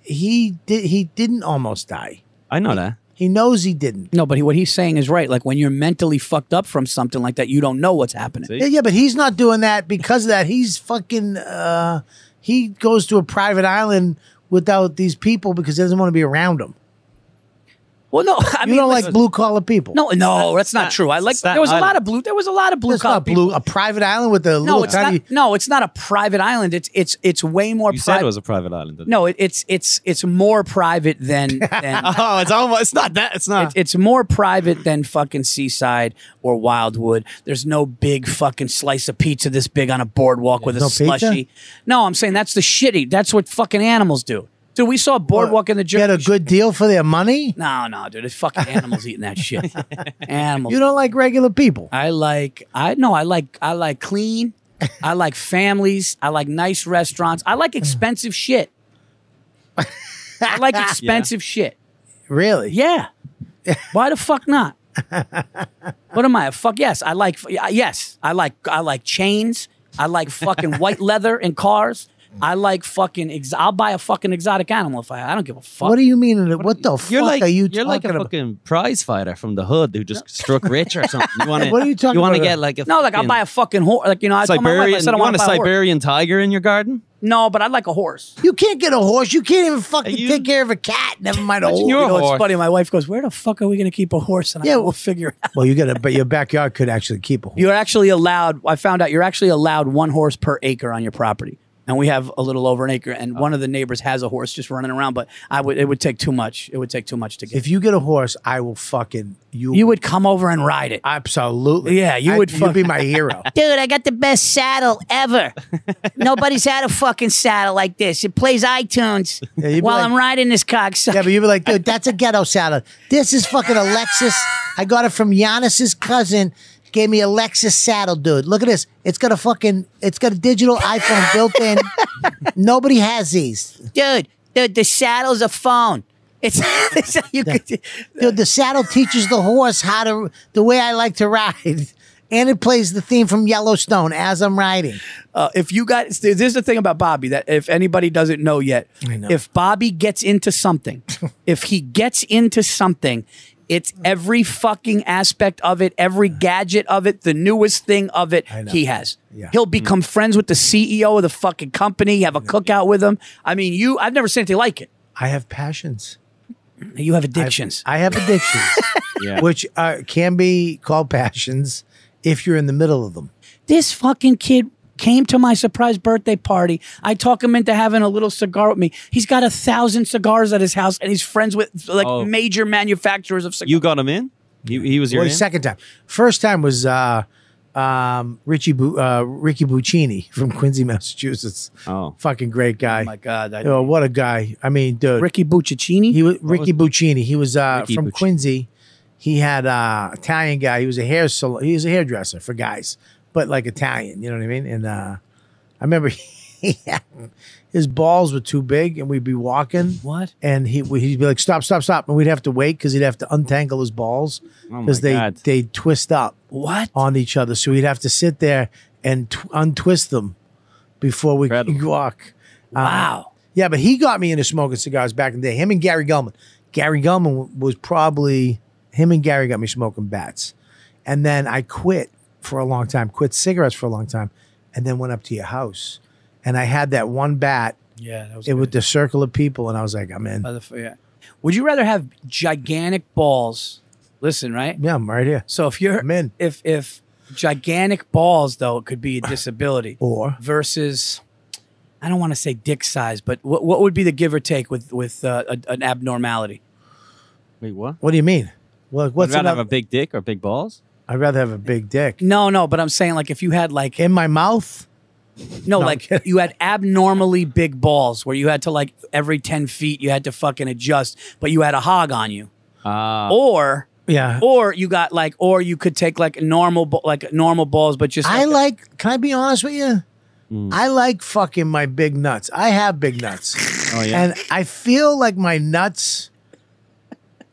He did. He didn't almost die. I know that. He knows he didn't. No, but he, what he's saying is right. Like when you're mentally fucked up from something like that, you don't know what's happening. See? Yeah, yeah, but he's not doing that because of that. He's fucking. Uh, he goes to a private island without these people because he doesn't want to be around them. Well, no, I You mean, don't listen- like blue collar people. no, no, that's not Staten- true. I like Staten there was a lot Island. of blue. There was a lot of blue it's collar not people. blue. A private island with a No, little it's tiny. not. No, it's not a private island. It's it's it's way more. You private. said it was a private island. didn't you? No, it, it's it's it's more private than than Oh, it's almost. It's not that. It's not. it's, it's more private than fucking Seaside or Wildwood. There's no big fucking slice of pizza this big on a boardwalk with a no pizza? slushy. No, I'm saying that's the shitty. That's what fucking animals do. Dude, we saw a boardwalk in the Get Jersey. a good deal for their money. no, no, dude, it's fucking animals eating that shit. animals. You don't like regular people. I like I no, I like I like clean. I like families. I like nice restaurants. I like expensive shit. I like expensive shit. Really? Yeah. Why the fuck not? what am I? A fuck yes. I like yes. I like I like chains. I like fucking white leather and cars. I like fucking. Ex- I'll buy a fucking exotic animal if I. I don't give a fuck. What do you mean? What the fuck You're like are you are talking like a about? fucking prize fighter from the hood who just struck rich or something. You want to? What are you talking You want to about? get like a no, like I'll fucking buy a fucking horse. Like you know, I told my Siberian. wife I said I you want want a to buy a horse. Siberian tiger in your garden? No, but I like a horse. You can't get a horse. You can't even fucking You- take care of a cat. Never mind a Imagine horse. you're- You know, horse. it's funny. My wife goes, "Where the fuck are we going to keep a horse?" And I Yeah, yeah, well- we'll figure it out. well, you got to, but your backyard could actually keep a horse. You're actually allowed. I found out you're actually allowed one horse per acre on your property, and we have a little over an acre. And one of the neighbors has a horse just running around, but I would it would take too much. It would take too much to get. if you get a horse, I will fucking you. you would come over and ride it, absolutely. Yeah, you I- would You'd be my hero. dude. I got the best saddle ever. Nobody's had a fucking saddle like this. It plays iTunes Yeah, you'd be like- riding this cocksucker. yeah, but you'd be like, dude, that's a ghetto salad. This is fucking Alexis. I got it from Giannis's cousin. Gave me a Lexus saddle, dude. Look at this. It's got a fucking. It's got a digital iPhone built in. Nobody has these, dude, dude, the saddle's a phone. It's you could, dude. The saddle teaches the horse how to the way I like to ride, and it plays the theme from Yellowstone as I'm riding. Uh, if you got this is the thing about Bobby that if anybody doesn't know yet, I know. if Bobby gets into something, if he gets into something, It's every fucking aspect of it, every gadget of it, the newest thing of it I know. he has. Yeah. Mm-hmm. He'll become friends with the CEO of the fucking company, have a cookout with him. I mean, you I've never seen anything like it. I have passions. You have I've- addictions. I have addictions, Yeah. which uh, can be called passions if you're in the middle of them. this fucking kid came to my surprise birthday party. I talk him into having a little cigar with me. He's got a thousand cigars at his house, and he's friends with like Oh. major manufacturers of cigars. You got him in. You, he was your Well, in? the second time. First time was uh, um, Richie Bu- uh, Ricky Buccini from Quincy, Massachusetts. Oh. Fucking great guy. my God. I, Oh, what a guy. I mean, dude. Ricky Buccicini. He was Ricky Buccini. He was uh, Ricky from Buccini. Quincy. He had uh, Italian guy. He was a hair sal- he was a hairdresser for guys, but like Italian. You know what I mean? And uh, I remember he had, his balls were too big, and we'd be walking, what? and he he'd be like, "Stop, stop, stop!" And we'd have to wait because he'd have to untangle his balls oh my because they God. they twist up What? on each other. So we'd have to sit there and tw- untwist them before we could Incredible. walk. Uh, wow. Yeah, but he got me into smoking cigars back in the day. Him and Gary Gulman. Gary Gulman was probably him and Gary got me smoking bats, and then I quit for a long time. Quit cigarettes for a long time, and then went up to your house, and I had that one bat. Yeah, Uh, that was It was the circle of people, and I was like, I'm in. yeah. Would you rather have gigantic balls? Listen, right? Yeah, I'm right here. So if you're I'm in. if if gigantic balls though could be a disability Or versus I don't want to say dick size, but what what would be the give or take with with uh, a, an abnormality? Wait, what? what do you mean? Well, Would what's you rather have a another? big dick or big balls? I'd rather have a big dick No, no, but I'm saying like if you had like in my mouth. no, I'm like kidding. you had abnormally big balls where you had to like every ten feet you had to fucking adjust, but you had a hog on you, Oh, Uh, or Yeah. or you got like or you could take like normal ba- like normal balls, but just I like. Can I be honest with you? Mm. I like fucking my big nuts. I have big nuts, oh, yeah. and I feel like my nuts.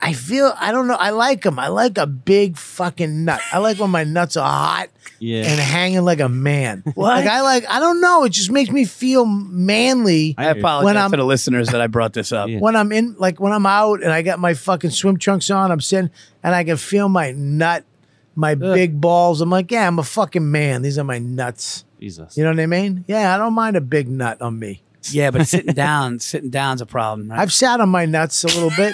I feel I don't know. I like them. I like a big fucking nut. I like when my nuts are hot yeah. and hanging like a man. What? Like I like. I don't know. It just makes me feel manly. I apologize When I'm- to the listeners that I brought this up. Yeah. when I'm in, like when I'm out and I got my fucking swim trunks on, I'm sitting and I can feel my nut, my big balls. I'm like, yeah, I'm a fucking man. These are my nuts. Jesus. You know what I mean? Yeah, I don't mind a big nut on me. Yeah, but sitting down, sitting down's a problem. Right? I've sat on my nuts a little bit.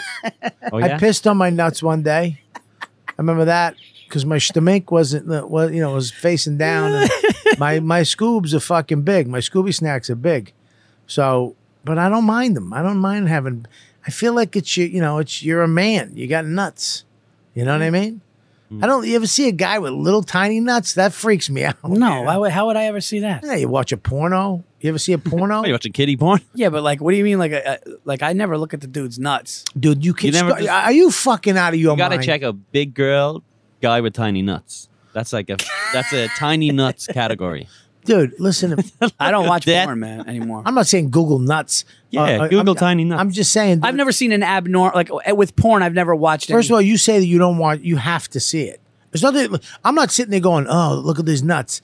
oh, yeah? I pissed on my nuts one day. I remember that because my stomach wasn't, well, you know, was facing down. And my my scoobs are fucking big. My Scooby snacks are big. So, but I don't mind them. I don't mind having. I feel like it's you. You know, it's you're a man. You got nuts. You know Mm. what I mean? I don't. You ever see a guy with little tiny nuts? That freaks me out. no, why would, how would I ever see that? Yeah, you watch a porno. You ever see a porno? Are you watching kitty porn? Yeah, but like, what do you mean? Like, a, a, like I never look at the dude's nuts. Dude, you can. You never start- just- are you fucking out of your You gotta mind? check a big girl guy with tiny nuts. That's like a that's a tiny nuts category. dude. Listen, to- I don't watch That- porn, man, anymore. I'm not saying Google nuts. Uh, Yeah, I- Google I'm- tiny nuts. I'm just saying. I've never seen an abnormal like uh, with porn. I've never watched. First of any- all, you say that you don't want. You have to see it. There's nothing. I'm not sitting there going, "Oh, look at these nuts."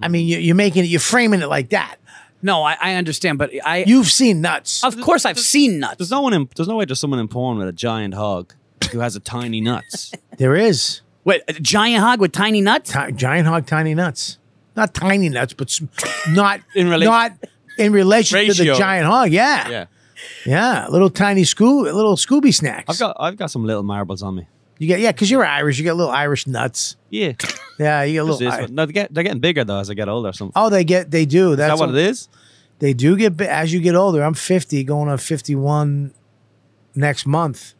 I mean, you, you're making it. You're framing it like that. no, I, I understand, but I You've seen nuts. of course I've seen nuts. There's no one in there's no way there's someone in porn with a giant hog who has a tiny nuts. There is Wait, a giant hog with tiny nuts? ti- giant hog, tiny nuts. Not tiny nuts, but s- not In rela- not in relation to the Ratio. giant hog. Yeah, yeah, yeah. little tiny Scoob, little Scooby snacks. I've got I've got some little marbles on me. you get yeah, because you're Irish. You get little Irish nuts. Yeah. Yeah, you get This little. is- I- no, they get, they're getting bigger though as I get older or something. oh, they get they do. is That's that what it is? they do get bi- as you get older. I'm 50, going on 51 next month,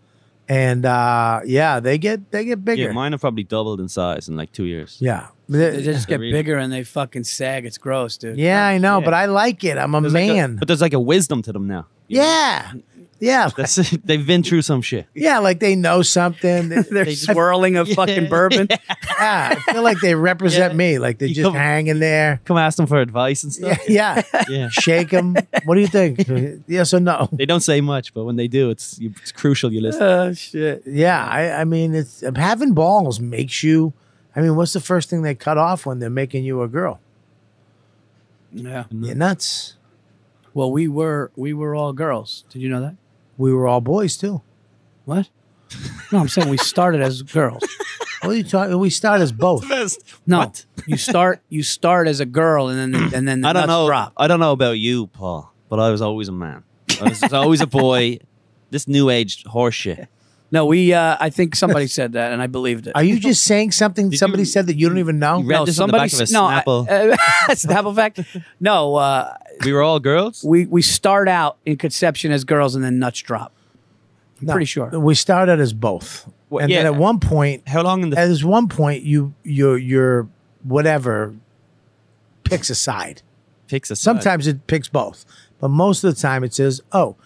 and uh, yeah, they get they get bigger. Yeah, mine have probably doubled in size in like two years. yeah, They They- just get Really? bigger and they fucking sag. It's gross, dude. yeah, I know, Yeah. but I like it. I'm a There's like a- man. but there's like a wisdom to them now. you know? yeah, yeah, That's, they've been through some shit. yeah. Like they know something. They- They're they- swirling a fucking bourbon. yeah, I feel like they represent Yeah. me. Like they You just come- hanging there. Come ask them for advice and Yeah, stuff. yeah. yeah. shake them. What do you think? yes or no? They don't say much, but when they do, it's it's crucial you listen. Oh shit! Yeah, I, I mean, it's having balls makes you. I mean, what's the first thing they cut off when they're making you a girl? Mm-hmm. Yeah. You're nuts. Well, we were we were all girls. Did you know that? We were all boys too. What? No, I'm saying we started as girls. What are you talking? We start as both. Best. No, What? you start you start as a girl and then and then the I don't nuts know. drop. I don't know about you, Paul, but I was always a man. I was always a boy. This new age horseshit. No, we. Uh, I think somebody said that, and I believed it. Are you just saying something Did somebody you- said that you don't even know? you read- no, this on the somebody back of a s- no, I- Snapple? uh, Snapple fact. No, uh, We were all girls. we we start out in conception as girls, and then nuts drop. I'm No. pretty sure. We started as both, Well, and yeah. then at one point, How long in the? at this one point, you your your whatever picks a side. picks aside? Sometimes it picks both, but most of the time it says, "Oh,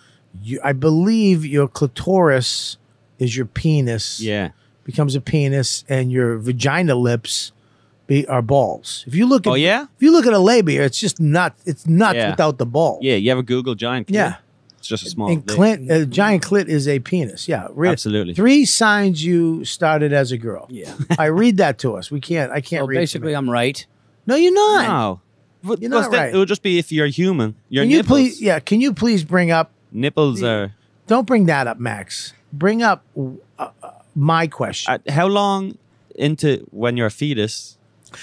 you, I believe your clitoris is your penis." Yeah. becomes a penis, and your vagina lips be are balls. If you look at Oh yeah. if you look at a labia, it's just not it's nuts Yeah. without the ball. Yeah. You have a Google giant. Clit? Yeah. It's just a small. And dick. Clint, a giant clit is a penis. Yeah, read it. Absolutely. Three signs you started as a girl. yeah. I read that to us. We can't. I can't So read. it to basically, me. I'm right. no, you're not. No. But- You're because not that- right. It would just be if you're human. Your Can you nipples. please? Yeah. Can you please bring up? Nipples are. Don't bring that up, Max. Bring up uh, uh, my question. At how long into when you're a fetus?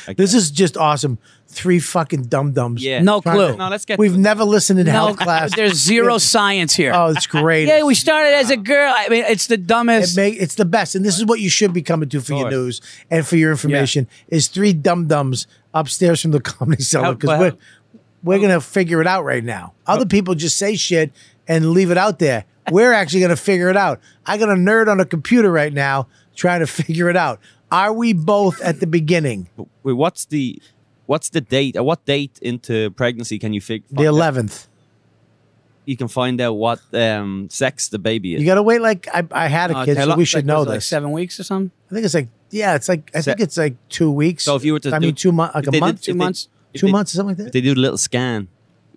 I this guess. is just awesome. Three fucking dum dums. Yeah. No clue. No, let's get. We've never listened in No, health class. there's zero science here. Oh, it's great. yeah, we started as a girl. I mean, it's the It dumbest. may, it's the best, and this is what you should be coming to for your course. news and for your information. Is three dum dums upstairs from the comedy cellar How- because but we're how- we're gonna figure it out right now. Other people just say shit and leave it out there. We're actually gonna figure it out. I got a nerd on a computer right now trying to figure it out. Are we both at the beginning? Wait, what's the what's the date? At what date into pregnancy can you figure? The eleventh. You can find out what um, sex the baby is. You gotta wait. Like I, I had a Uh, kid, tell so us, we Like, should know was it Like this. seven weeks or something. I think it's like yeah, it's like I Se- think it's like two weeks. So if you were to I do- mean two months, like if they a did- month, if two they- months? if two they- months or something like that. If they do a little scan.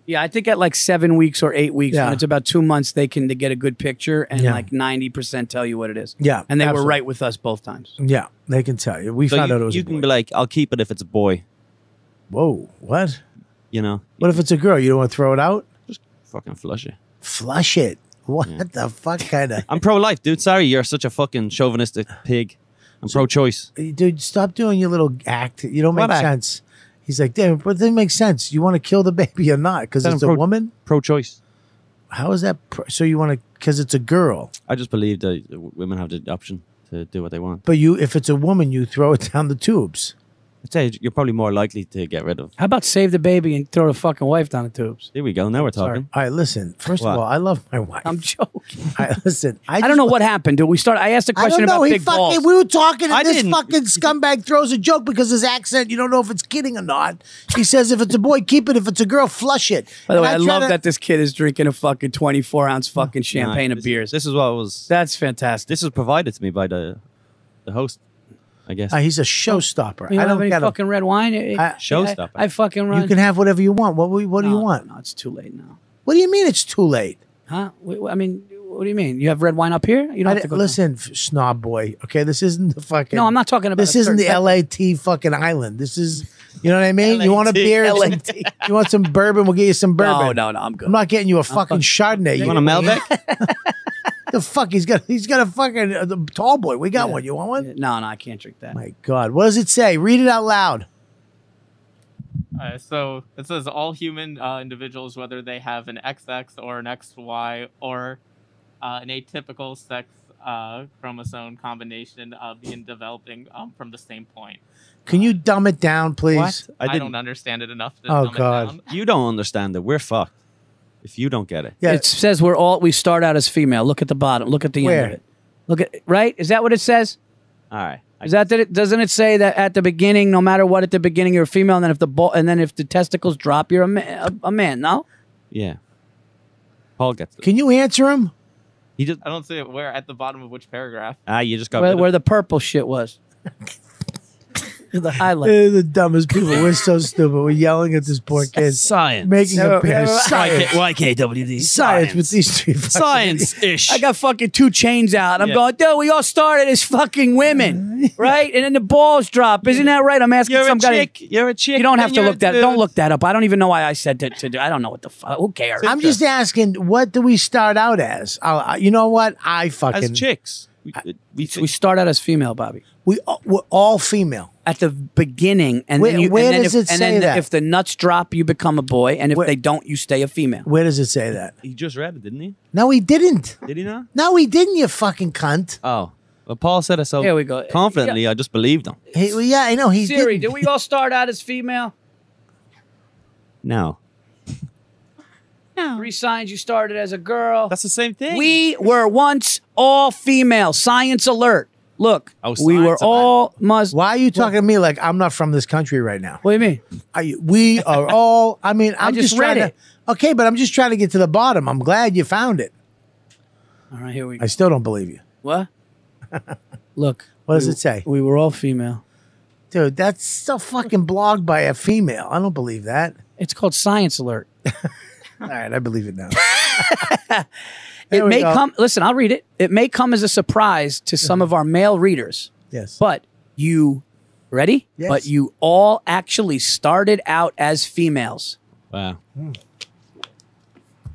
Yeah, I think at like seven weeks or eight weeks, Yeah. when it's about two months, they can get a good picture and Yeah. like ninety percent tell you what it is. Yeah, and they were absolutely. right with us both times. Yeah, they can tell you. We So found you, out it was you a can boy. be like, I'll keep it if it's a boy. Whoa, what? You know, What if it's a girl? You don't want to throw it out? fucking flush it. Flush it. What Yeah. the fuck kind of I'm pro-life, dude. Sorry, you're such a fucking chauvinistic pig. I'm pro-choice. dude? Stop doing your little act. You don't make What act? sense. He's like, damn, but it doesn't make sense. You want to kill the baby or not? Because Then it's I'm a pro- woman. Pro-choice. How is that? Pr- so you want to? Because it's a girl. I just believe that uh, w- women have the option to do what they want. But you, if it's a woman, you throw it down the tubes. I'd say you're probably more likely to get rid of. How about save the baby and throw the fucking wife down the tubes? There we go. Now we're talking. All right, listen. First What? of all, I love my wife. I'm joking. I, listen, I, I just- don't know what happened. Dude, we started. I asked a I question don't know. about He big fucking. balls. We were talking, and I this didn't. fucking scumbag throws a joke because his accent. You don't know if it's kidding or not. He says, "If it's a boy, keep it. If it's a girl, flush it." By the And way, I, try love to- that this kid is drinking a fucking 24 ounce fucking champagne Nah, of this- beers. This is what was. That's fantastic. This was provided to me by the the host, I guess. Uh, he's a showstopper. You I don't have don't any get him. fucking red wine. I, I- Showstopper. I, I fucking run. You can have whatever you want. What, we- what do No, you want? No, no, it's too late now. What do you mean it's too late? Huh? Wh- wh- I mean, what do you mean? You have red wine up here? You don't I have to di- go. listen, f- snob boy. Okay, this isn't the fucking. No, I'm not talking about This a isn't the certain- LAT fucking island. This is, you know what I mean? You want a LAT. beer? and some- you want some bourbon? We'll get you some No, bourbon. no, no. I'm good. I'm not getting you a fucking Chardonnay. you want a Malbec? The fuck? He's got he's got a fucking uh, the tall boy. We got one. You want one? no, no. I can't drink that. My God, what does it say? Read it out loud. Uh, so it says all human uh, individuals, whether they have an XX or an XY or uh, an atypical sex uh, chromosome combination, uh, begin developing um, from the same point. Can you dumb it down, please? What? I, didn't. don't understand it enough. To Oh, dumb it God. down. You don't understand it. We're fucked. If you don't get it, Yeah, It says we're all we start out as female. Look at the bottom. Look at the Where? end of it. Look at right. Is that what it says? all right. I, Is that that? It, doesn't it say that at the beginning, no matter what, at the beginning you're a female, and then if the ball, and then if the testicles drop, you're a man. A, a man. No. yeah. Paul gets it. can you answer him? He just I don't see it where at the bottom of which paragraph. ah, you just got rid Where, of- where the purple shit was. the highlight. They're Uh, the dumbest people. We're so stupid. We're yelling at this poor kid, science. making a No, pair of no, science, YKWD. science with these three. fucking- science ish. I got fucking two chains out. I'm Yeah. going, dude. We all started as fucking women, right? And then the balls drop. Isn't that right? I'm asking You're a some guy. chick. You're a chick. You don't have and to you're look that. a dude. Don't look that up. I don't even know why I said to, to do. I don't know what the fuck. Who cares? I'm just asking, what do we start out as? I'll, I, you know what? I fucking as chicks. We, we, We start out as female, Bobby, We all, we're all female. at the beginning, and Where- then you, where and then does if, it and say then that? if the nuts drop, you become a boy, and if Where- they don't, you stay a female. Where does it say that? he just read it, didn't he? No, he didn't. Did he not? No, he didn't. You fucking cunt. Oh. Well, Paul said it so Here we go. confidently, I just believed him. He, well, yeah, I know. He Siri, didn't. do we all start out as female? No. Three signs you started as a girl. That's the same thing. We were once all female. Science alert. Look, Oh, we were science alert. all mus. Why are you talking to me like I'm not from this country right now? What do you mean? Are you, we are all. I mean, I'm just trying read to. it. Okay, but I'm just trying to get to the bottom. I'm glad you found it. All right, here we go. I still don't believe you, What? Look. What does we- it say? We were all female. dude. That's a fucking blog by a female. I don't believe that. It's called science alert. All right, I believe it now. There It we may go. come listen, I'll read it. It may come as a surprise to some of our male readers, Yes, but you ready? Yes. But you all actually started out as females. Wow.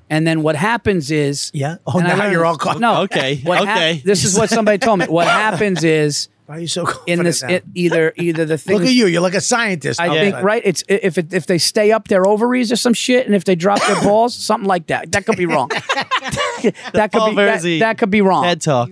And then what happens is yeah. Oh, and I now learned- you're all caught. No. Okay, What hap- okay. this is what somebody told me. What happens is Why are you so confident in this now? it, either either the thing Look at you. You're like a scientist. I All think right. right. It's if it, if they stay up their ovaries or some shit, and if they drop their balls, something like that. That could be wrong. that could be that, Palversy that could be wrong. Head talk.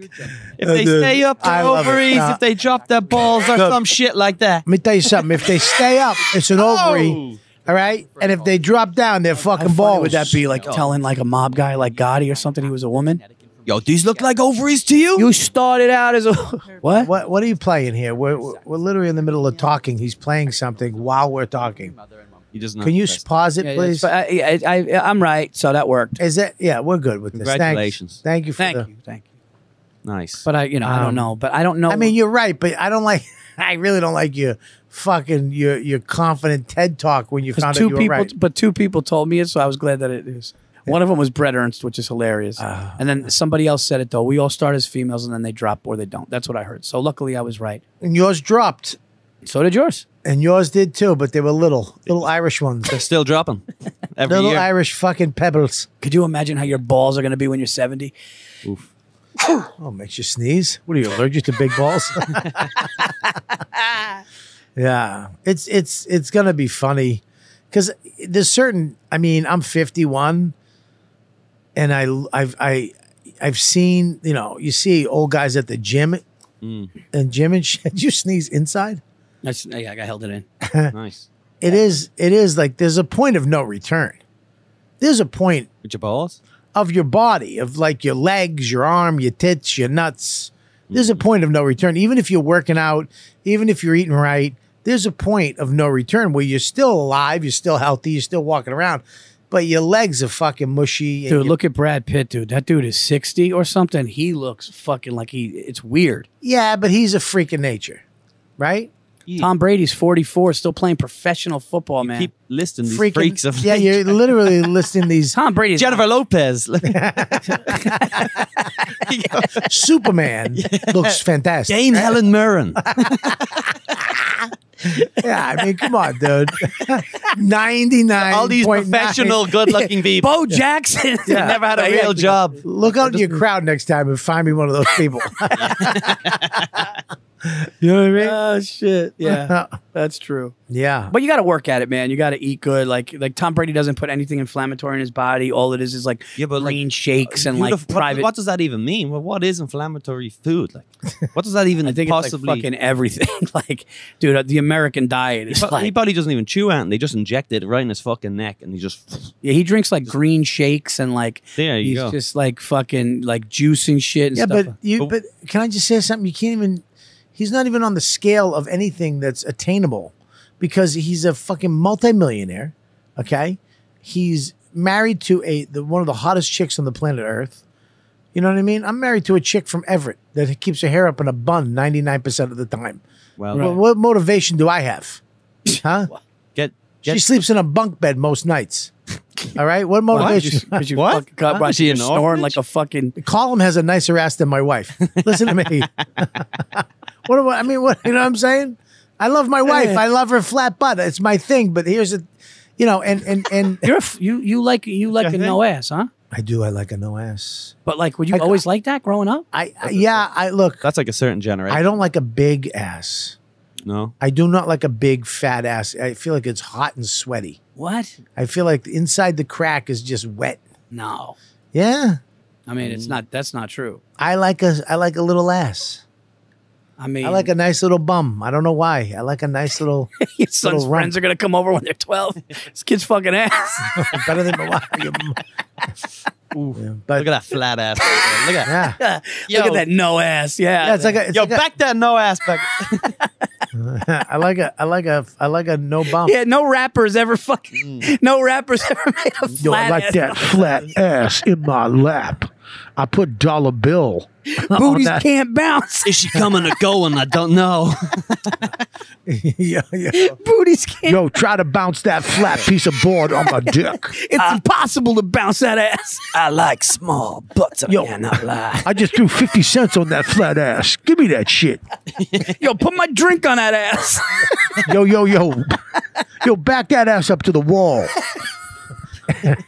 If Uh, they dude, stay up I their love it. ovaries, Nah. if they drop their balls or some shit like that. Let me tell you something. If they stay up, it's an ovary. All right, and if they drop down, they're How fucking funny balls. would that be like Oh. telling like a mob guy like Gotti or something he was a woman? Yo, these look like ovaries to you? You started out as a what? What What are you playing here? We're we're we're literally in the middle of talking. He's playing something while we're talking. He does not. Can you That's- pause it, Yeah, yeah, please? but I, I, I, I'm right, so that worked. Is that yeah? We're good with this. Thanks. Congratulations. Thank you for Thank the- you, thank you. Nice. But I, you know, I Um, don't know, but I don't know. I mean, you're right, but I don't like. I really don't like your fucking your your confident TED talk when you Because found out two you were people, right. but two people told me it, so I was glad that it is. One of them was Brett Ernst, which is hilarious. and then somebody else said it though. We all start as females, and then they drop or they don't. That's what I heard. So luckily, I was right. And yours dropped, So did yours. and yours did too, but they were little little Irish ones, They're still dropping every little year. Irish fucking pebbles. Could you imagine how your balls are going to be when you're 70? Oh, makes you sneeze. What are you allergic to big balls? yeah, it's it's it's gonna be funny because there's certain. I mean, I'm 51, and I I've I I've seen you know you see old guys at the gym Mm, and gym and shit. Did you sneeze inside? That's, yeah, I held it in. nice. It is it is like there's a point of no return. There's a point With your balls? of your body, of like your legs, your arm, your tits, your nuts. There's a Mm-hmm. point of no return. Even if you're working out, even if you're eating right, there's a point of no return where you're still alive, you're still healthy, you're still walking around, but your legs are fucking mushy. and Dude, you- look at Brad Pitt, dude. That dude is 60 or something. He looks fucking like he. It's weird. yeah, but he's a freak of nature, right? Tom Brady's 44, still playing professional football, man. Keep listing these Freaking- freaks of yeah, you're literally listing these Tom Brady's Jennifer Lopez. Superman looks fantastic. Dame Helen Mirren. Yeah, I mean, come on, dude. Ninety nine. All these professional, good-looking people. Bo Jackson. They never had a Yeah. real job. Look out in your crowd next time and find me one of those people. you know what I mean? Oh shit! Yeah, that's true. yeah. But you got to work at it, man. You got to eat good. Like like Tom Brady doesn't put anything inflammatory in his body. All it is is like Yeah, but, like, green shakes and like Beautiful- what- private. What, does that even mean? Well, what is inflammatory food? Like, what does that even I think possibly? it's like fucking everything. like, dude, uh, the American diet is But he like probably doesn't even chew out, and they just inject it right in his fucking neck, and he just yeah, he drinks like green shakes and like There you he's go. just like fucking like juice and shit. And Yeah, stuff. uh, but you but can I just say something? You can't even he's not even on the scale of anything that's attainable because he's a fucking multimillionaire. Okay. He's married to a the one of the hottest chicks on the planet Earth. You know what I mean? I'm married to a chick from Everett that keeps her hair up in a bun 99% of the time. well Well, what motivation do I have? Huh? get She get sleeps in a bunk bed most nights. All right. What motivation? because you What? fucking got Huh? right, Is she you're an snoring orphanage? like a fucking. Column has a nicer ass than my wife. Listen to me. what do I I mean? What you know? what I'm saying. I love my wife. I love her flat butt. It's my thing. But here's a, you know, and and and You're a f you you like you like a no ass, huh? I do. I like a no ass. But like, were you I- always like that growing up? I, I yeah. I look. That's like a certain generation. I don't like a big ass. no. I do not like a big fat ass. I feel like it's hot and sweaty. What? I feel like inside the crack is just wet. No. Yeah, I mean, it's not. That's not true. I like a I like a little ass. I mean, I like a nice little bum. I don't know why. I like a nice little your son's little rump. friends are gonna come over when they're twelve. this kid's fucking ass. better than Malawi. Yeah, Look at but that flat ass. right there. Look at yeah, Look at that no ass. Yeah. yeah, it's like a, it's Yo, like a- back that no ass back. I like a I like a I like a no bum. yeah. No rappers ever fucking. No rappers ever made a flat Yo, I like ass. that flat ass in my lap. I put dollar bill. Booties that. can't bounce. Is she coming or going? I don't know. yeah, yeah. Booties can't. Yo, try to bounce that flat piece of board on my dick. It's impossible to bounce that ass. I like small butts. I Yo. cannot lie. I just threw 50 cents on that flat ass. Give me that shit. Yo, put my drink on that ass. Yo, yo, yo. Yo, back that ass up to the wall. Yeah.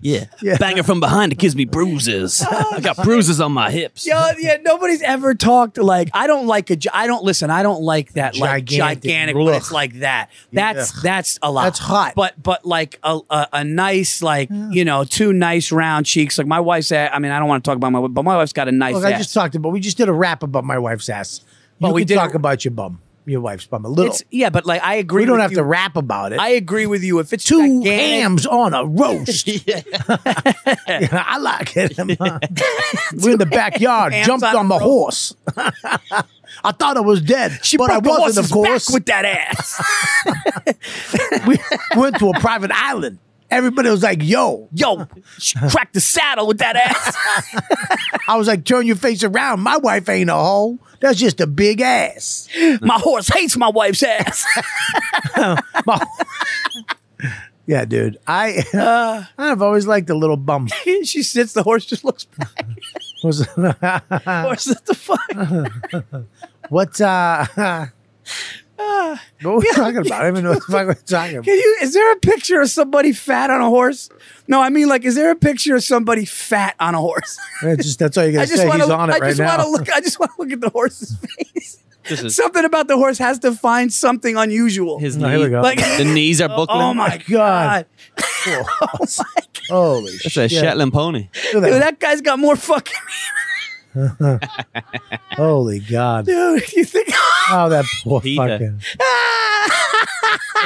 Yeah. Oh, Banger from behind it gives me bruises. I got bruises on my hips. Yo, yeah, nobody's ever talked like I don't like a. gi- I don't listen. I don't like that like Gigantic. gigantic. Ugh. But it's like that. That's that's a lot. That's hot. But but like a a, a nice like you know two nice round cheeks. Like my wife's. a- I mean, I don't want to talk about my. But my wife's got a nice. Look, ass. I just talked about. We just did a rap about my wife's ass. But But we we did- talk about your bum, your wife's bum a little. It's yeah, but like I agree. we don't with have you. to rap about it. I agree with you. If it's Two gigantic- hams on a roast. Yeah. Yeah, I like it. We're in the backyard. hams Jumped on a on my roast. horse. I thought I was dead, She but I broke the wasn't. Of horse's back course, with that ass. we went to a private island. Everybody was like, "Yo!" Yo, she cracked the saddle with that ass. I was like, "Turn your face around. My wife ain't a hoe. That's just a big ass." My horse hates my wife's ass. My- yeah, dude. I Uh, I've always liked the little bum. she sits. The horse just looks. Back. Was- Horse, what the fuck? What uh Ah, what were we talking about? I don't even know what the fuck we're talking about. Can you? Is there a picture of somebody fat on a horse? No, I mean like, is there a picture of somebody fat on a horse? It's just that's all you I gotta just say. want He's to. on I it right just now. want to look. I just want to look at the horse's face. This is Something about the horse has to find something unusual. his No, here we knee. go. like, The knees are buckling. oh my God. god, oh Holy That's a shit. Shetland pony. Look at dude, that. that guy's got more fucking. Holy God. Dude, you think? Oh that poor Peter. fucking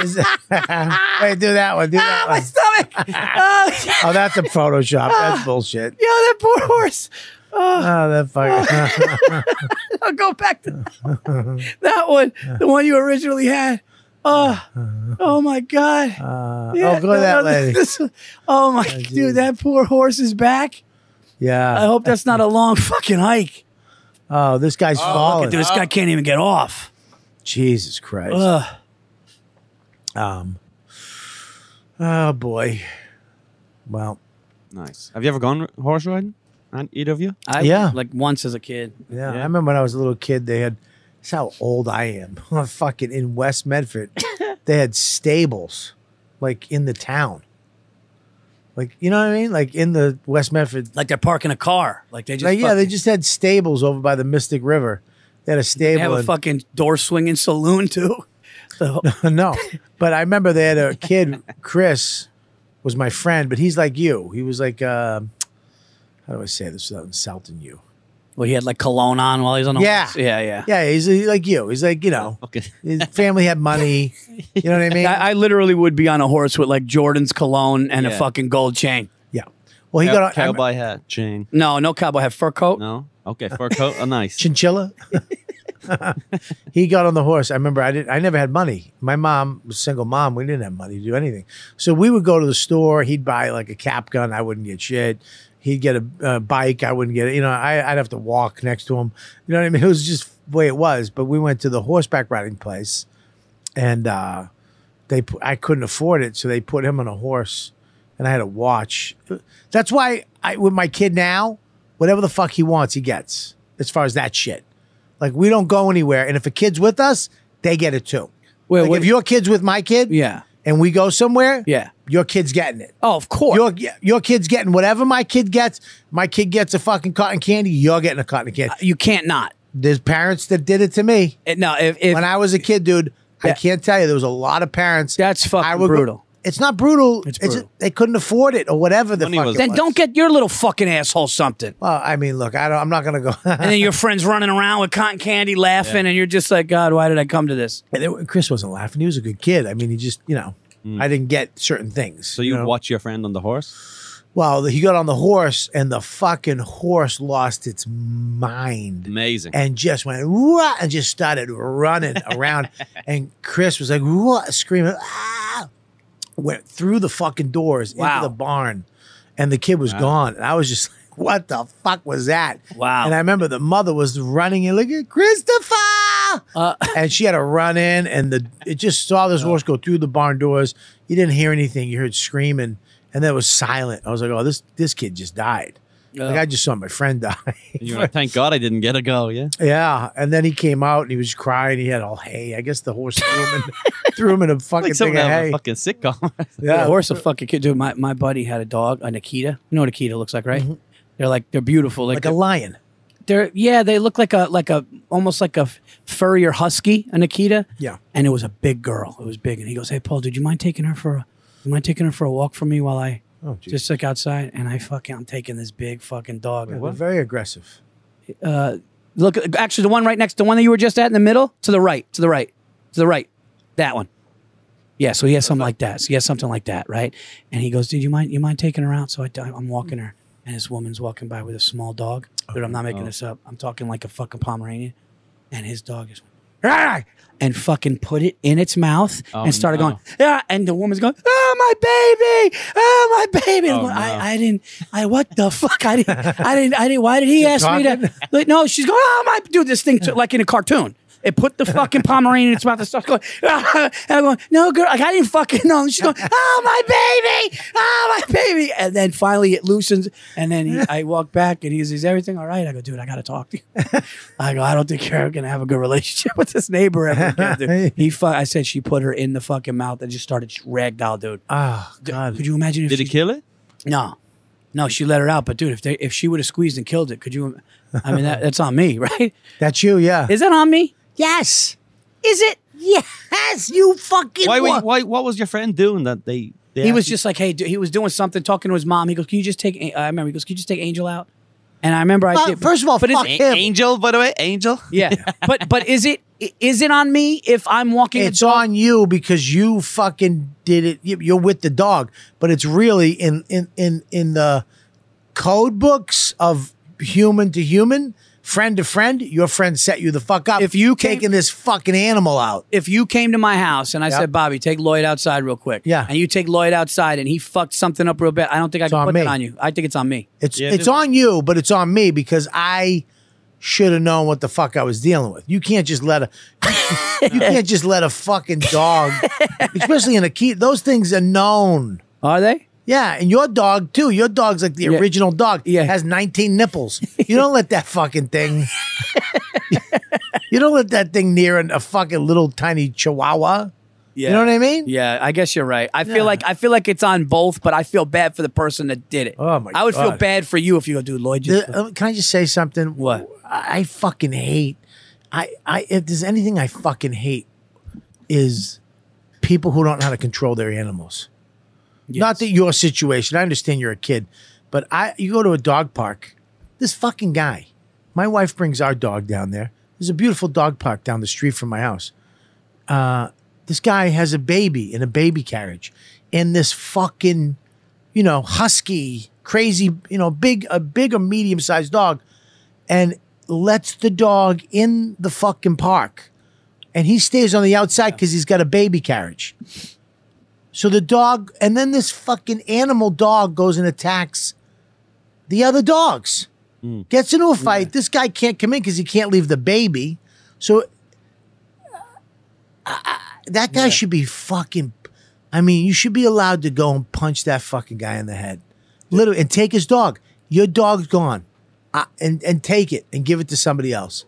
Is- Wait, do that one. Do ah, that my one. stomach. oh, Oh, that's a Photoshop. Ah. That's bullshit. yo, that poor horse. Oh, Oh, that fucking I'll go back to that one, the one you originally had. Oh, oh my God. uh, Yeah, Oh go to no, that no, lady. this- oh my geez. dude, that poor horse is back. I Yeah. hope that's not a long fucking hike. Oh, this guy's Dude, falling. this guy can't even get off. Jesus Christ. Ugh. Um Oh boy. Well, Nice. Have you ever gone r- horse riding? And either of you? I, Yeah. like once as a kid. Yeah, I Yeah. remember when I was a little kid, they had. That's how old I am. fucking in West Medford, they had stables, like in the town. Like you know what I mean? Like in the West Medford, Like they're parking a car. Like they just like yeah, fucking- they just had stables over by the Mystic River. They had a they stable. have a and- fucking door swinging saloon too. So, no, but I remember they had a kid. Chris was my friend, but he's like you. He was like, um how do I say this without insulting you? well, he had like cologne on while he was on the Yeah. horse. Yeah, yeah. Yeah, he's like you. He's like you know, Okay. his family had money. You know what I mean? I, I literally would be on a horse with like Jordan's cologne and a Yeah. fucking gold chain. yeah. Well, he got on- cowboy hat, chain. No, no cowboy hat, fur coat. No. Okay, fur coat. Oh, nice. chinchilla. he got on the horse. I remember I didn't. I never had money. My mom was a single mom. We didn't have money to do anything. So we would go to the store. He'd buy like a cap gun. I wouldn't get shit. He'd get a, uh bike. I wouldn't get it. You know, I, I'd have to walk next to him. You know what I mean? It was just the way it was. But we went to the horseback riding place, and uh, they pu- I couldn't afford it, so they put him on a horse, and I had a watch. That's why I with my kid now, whatever the fuck he wants, he gets. As far as that shit, like we don't go anywhere, and if a kid's with us, they get it too. Wait, Like, what- if your kid's with my kid, Yeah. and we go somewhere, Yeah. Your kid's getting it. Oh, of course. Your your kid's getting whatever my kid gets. My kid gets a fucking cotton candy. You're getting a cotton candy. you can't not. There's parents that did it to me It- no, if, if when I was a kid, dude. I Yeah. can't tell you. There was a lot of parents. That's fucking I would go- brutal. it's not brutal. It's It's, brutal. they couldn't afford it or whatever the Money fuck. was- it then was. don't get your little fucking asshole something. Well, I mean, look, I don't, I'm not gonna go. And then your friends running around with cotton candy, laughing, and you're just like, God, why did I come to this? And it- Chris wasn't laughing. He was a good kid. I mean, he just, you know, I didn't get certain things. So you know? watch your friend on the horse? Well, he got on the horse, and the fucking horse lost its mind Amazing. and just went "Wah," and just started running around. and Chris was like, what? Screaming, ah! went through the fucking doors Wow. into the barn, and the kid was gone. And I was just like, what the fuck was that? Wow. And I remember the mother was running and looking, Christopher! Uh, and she had to run in and the it just saw this horse go through the barn doors. You didn't hear anything. You heard screaming and then it was silent. I was like, oh, this this kid just died. Like I just saw my friend die. You're like, Thank God I didn't get a go. Yeah. yeah. And then he came out and he was crying. He had all hay. I guess the horse threw him in, threw him in a fucking Like thing something of out of hay. a fucking sitcom. yeah. The horse a fucking kid. Dude, my, my buddy had a dog, an Akita. You know what Akita looks like, right? They're like they're beautiful. Like, Mm-hmm. Like a lion. they're yeah, they look like a like a almost like a furrier husky, an Akita. Yeah. And it was a big girl. It was big. And he goes, Hey Paul, did you mind taking her for a you mind taking her for a walk for me while I Oh, geez. just like outside? And I fucking I'm taking this big fucking dog. Yeah, they're Very aggressive. Uh, look actually the one right next the one that you were just at in the middle, to the right, to the right, to the right. That one. Yeah, so he has something like that. So he has something like that, right? And he goes, "Dude, you mind you mind taking her out?" So I, I'm walking her, and this woman's walking by with a small dog. Dude, I'm not Oh, making this up. I'm talking like a fucking Pomeranian, and his dog is, "Rah!" and fucking put it in its mouth Oh, and started no. going, "Yeah," and the woman's going, "Oh my baby, oh my baby." I'm Oh, going, no. I, I didn't, I what the fuck? I didn't, I didn't, I didn't. Why did he ask me talking? to? Like, no, she's going, "Oh my," dude. This thing took, like in a cartoon. It put the fucking Pomeranian in its mouth and starts going, "Ah," and I'm going, no, girl, like, I didn't fucking know. And she's going, oh, my baby, oh, my baby. And then finally it loosens. And then he, I walk back and he goes, is everything all right? I go, dude, I got to talk to you. I go, I don't think you're going to have a good relationship with this neighbor ever again, dude. He, fu- I said, she put her in the fucking mouth and just started ragdoll, dude. Oh God. Could you imagine if Did she it kill it? no, no, she let her out. But dude, if they if she would have squeezed and killed it, could you? I mean, that, that's on me, right? That's you, yeah. Is that on me? yes. Is it? Yes, you fucking Why, why, wa- why? What was your friend doing that they? they He was actually- just like, hey, dude, he was doing something, talking to his mom. He goes, "Can you just take?" A- I remember he goes, "Can you just take Angel out?" And I remember I Fuck, did. first of all, but is fuck it- him. Angel, by the way, Angel. yeah, but but is it i- is it on me if I'm walking? it's on you because you fucking did it. You- You're with the dog, but it's really in in in in the code books of human to human, friend to friend. Your friend set you the fuck up. If you came- taking this fucking animal out, if you came to my house and I Yep. said, Bobby, take Lloyd outside real quick. Yeah. And you take Lloyd outside and he fucked something up real bad. I don't think I can on put me. that on you. I think it's on me. it's Yeah, it's dude. on you, but it's on me because I should have known what the fuck I was dealing with. You can't just let a you can't just let a fucking dog, especially in a key. Those things are known. Are they? Yeah, and your dog too. Your dog's like the Yeah. original dog. Yeah. has nineteen nipples. You don't let that fucking thing. you don't let that thing near an, a fucking little tiny Chihuahua. Yeah. You know what I mean? Yeah, I guess you're right. I feel like I feel like it's on both, but I feel bad for the person that did it. Oh, my I would feel God. bad for you if you go, dude, Lloyd. Just, The- uh, can I just say something? What? I, I fucking hate. I, I if there's anything I fucking hate is people who don't know how to control their animals. Not that your situation. I understand you're a kid, but I you go to a dog park. This fucking guy. My wife brings our dog down there. There's a beautiful dog park down the street from my house. Uh, this guy has a baby in a baby carriage, and this fucking, you know, husky, crazy, you know, big a big or medium sized dog, and lets the dog in the fucking park, and he stays on the outside because he's got a baby carriage. So the dog, and then this fucking animal dog goes and attacks the other dogs. Mm. Gets into a fight. This guy can't come in because he can't leave the baby. So uh, I- I- that guy should be fucking. I mean, you should be allowed to go and punch that fucking guy in the head, literally, and take his dog. Your dog's gone, I, and and take it and give it to somebody else.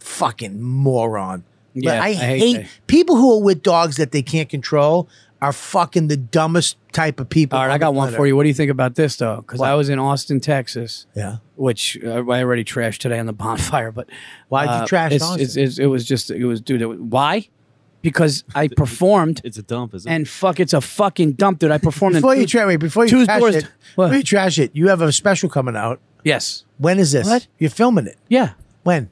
Fucking moron. But Yeah, I, Mm. I hate hate, that. people who are with dogs that they can't control. are fucking the dumbest type of people. All right, I got one for you. What do you think about this though? Because I was in Austin, Texas, Yeah. which uh, I already trashed today on the bonfire. But Why'd you uh, trash it's, Austin? it's, it's, It was just it was dude. It was, why? Because I performed It's a dump, isn't and fuck, it's a fucking dump, dude. I performed before in you trash wait, before you Two trash doors- it, What? before you trash it, you have a special coming out. yes, When is this? What? You're filming it. yeah. When?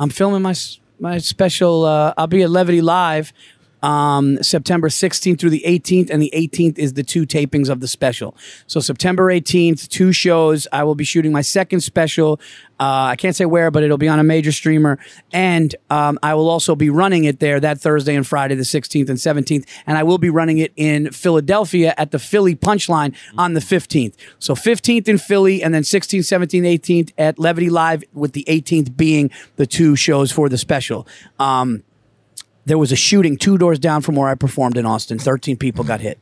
I'm filming my s- my special. Uh, I'll be at Levity Live um, September 16th through the 18th, and the 18th is the two tapings of the special. So September 18th, two shows. I will be shooting my second special. Uh, I can't say where, but it'll be on a major streamer, and um, I will also be running it there that Thursday and Friday, the 16th and 17th, and I will be running it in Philadelphia at the Philly Punchline on the 15th. So 15th in Philly, and then 16th, 17th, 18th at Levity Live, with the 18th being the two shows for the special. Um, there was a shooting two doors down from where I performed in Austin. 13 people got hit.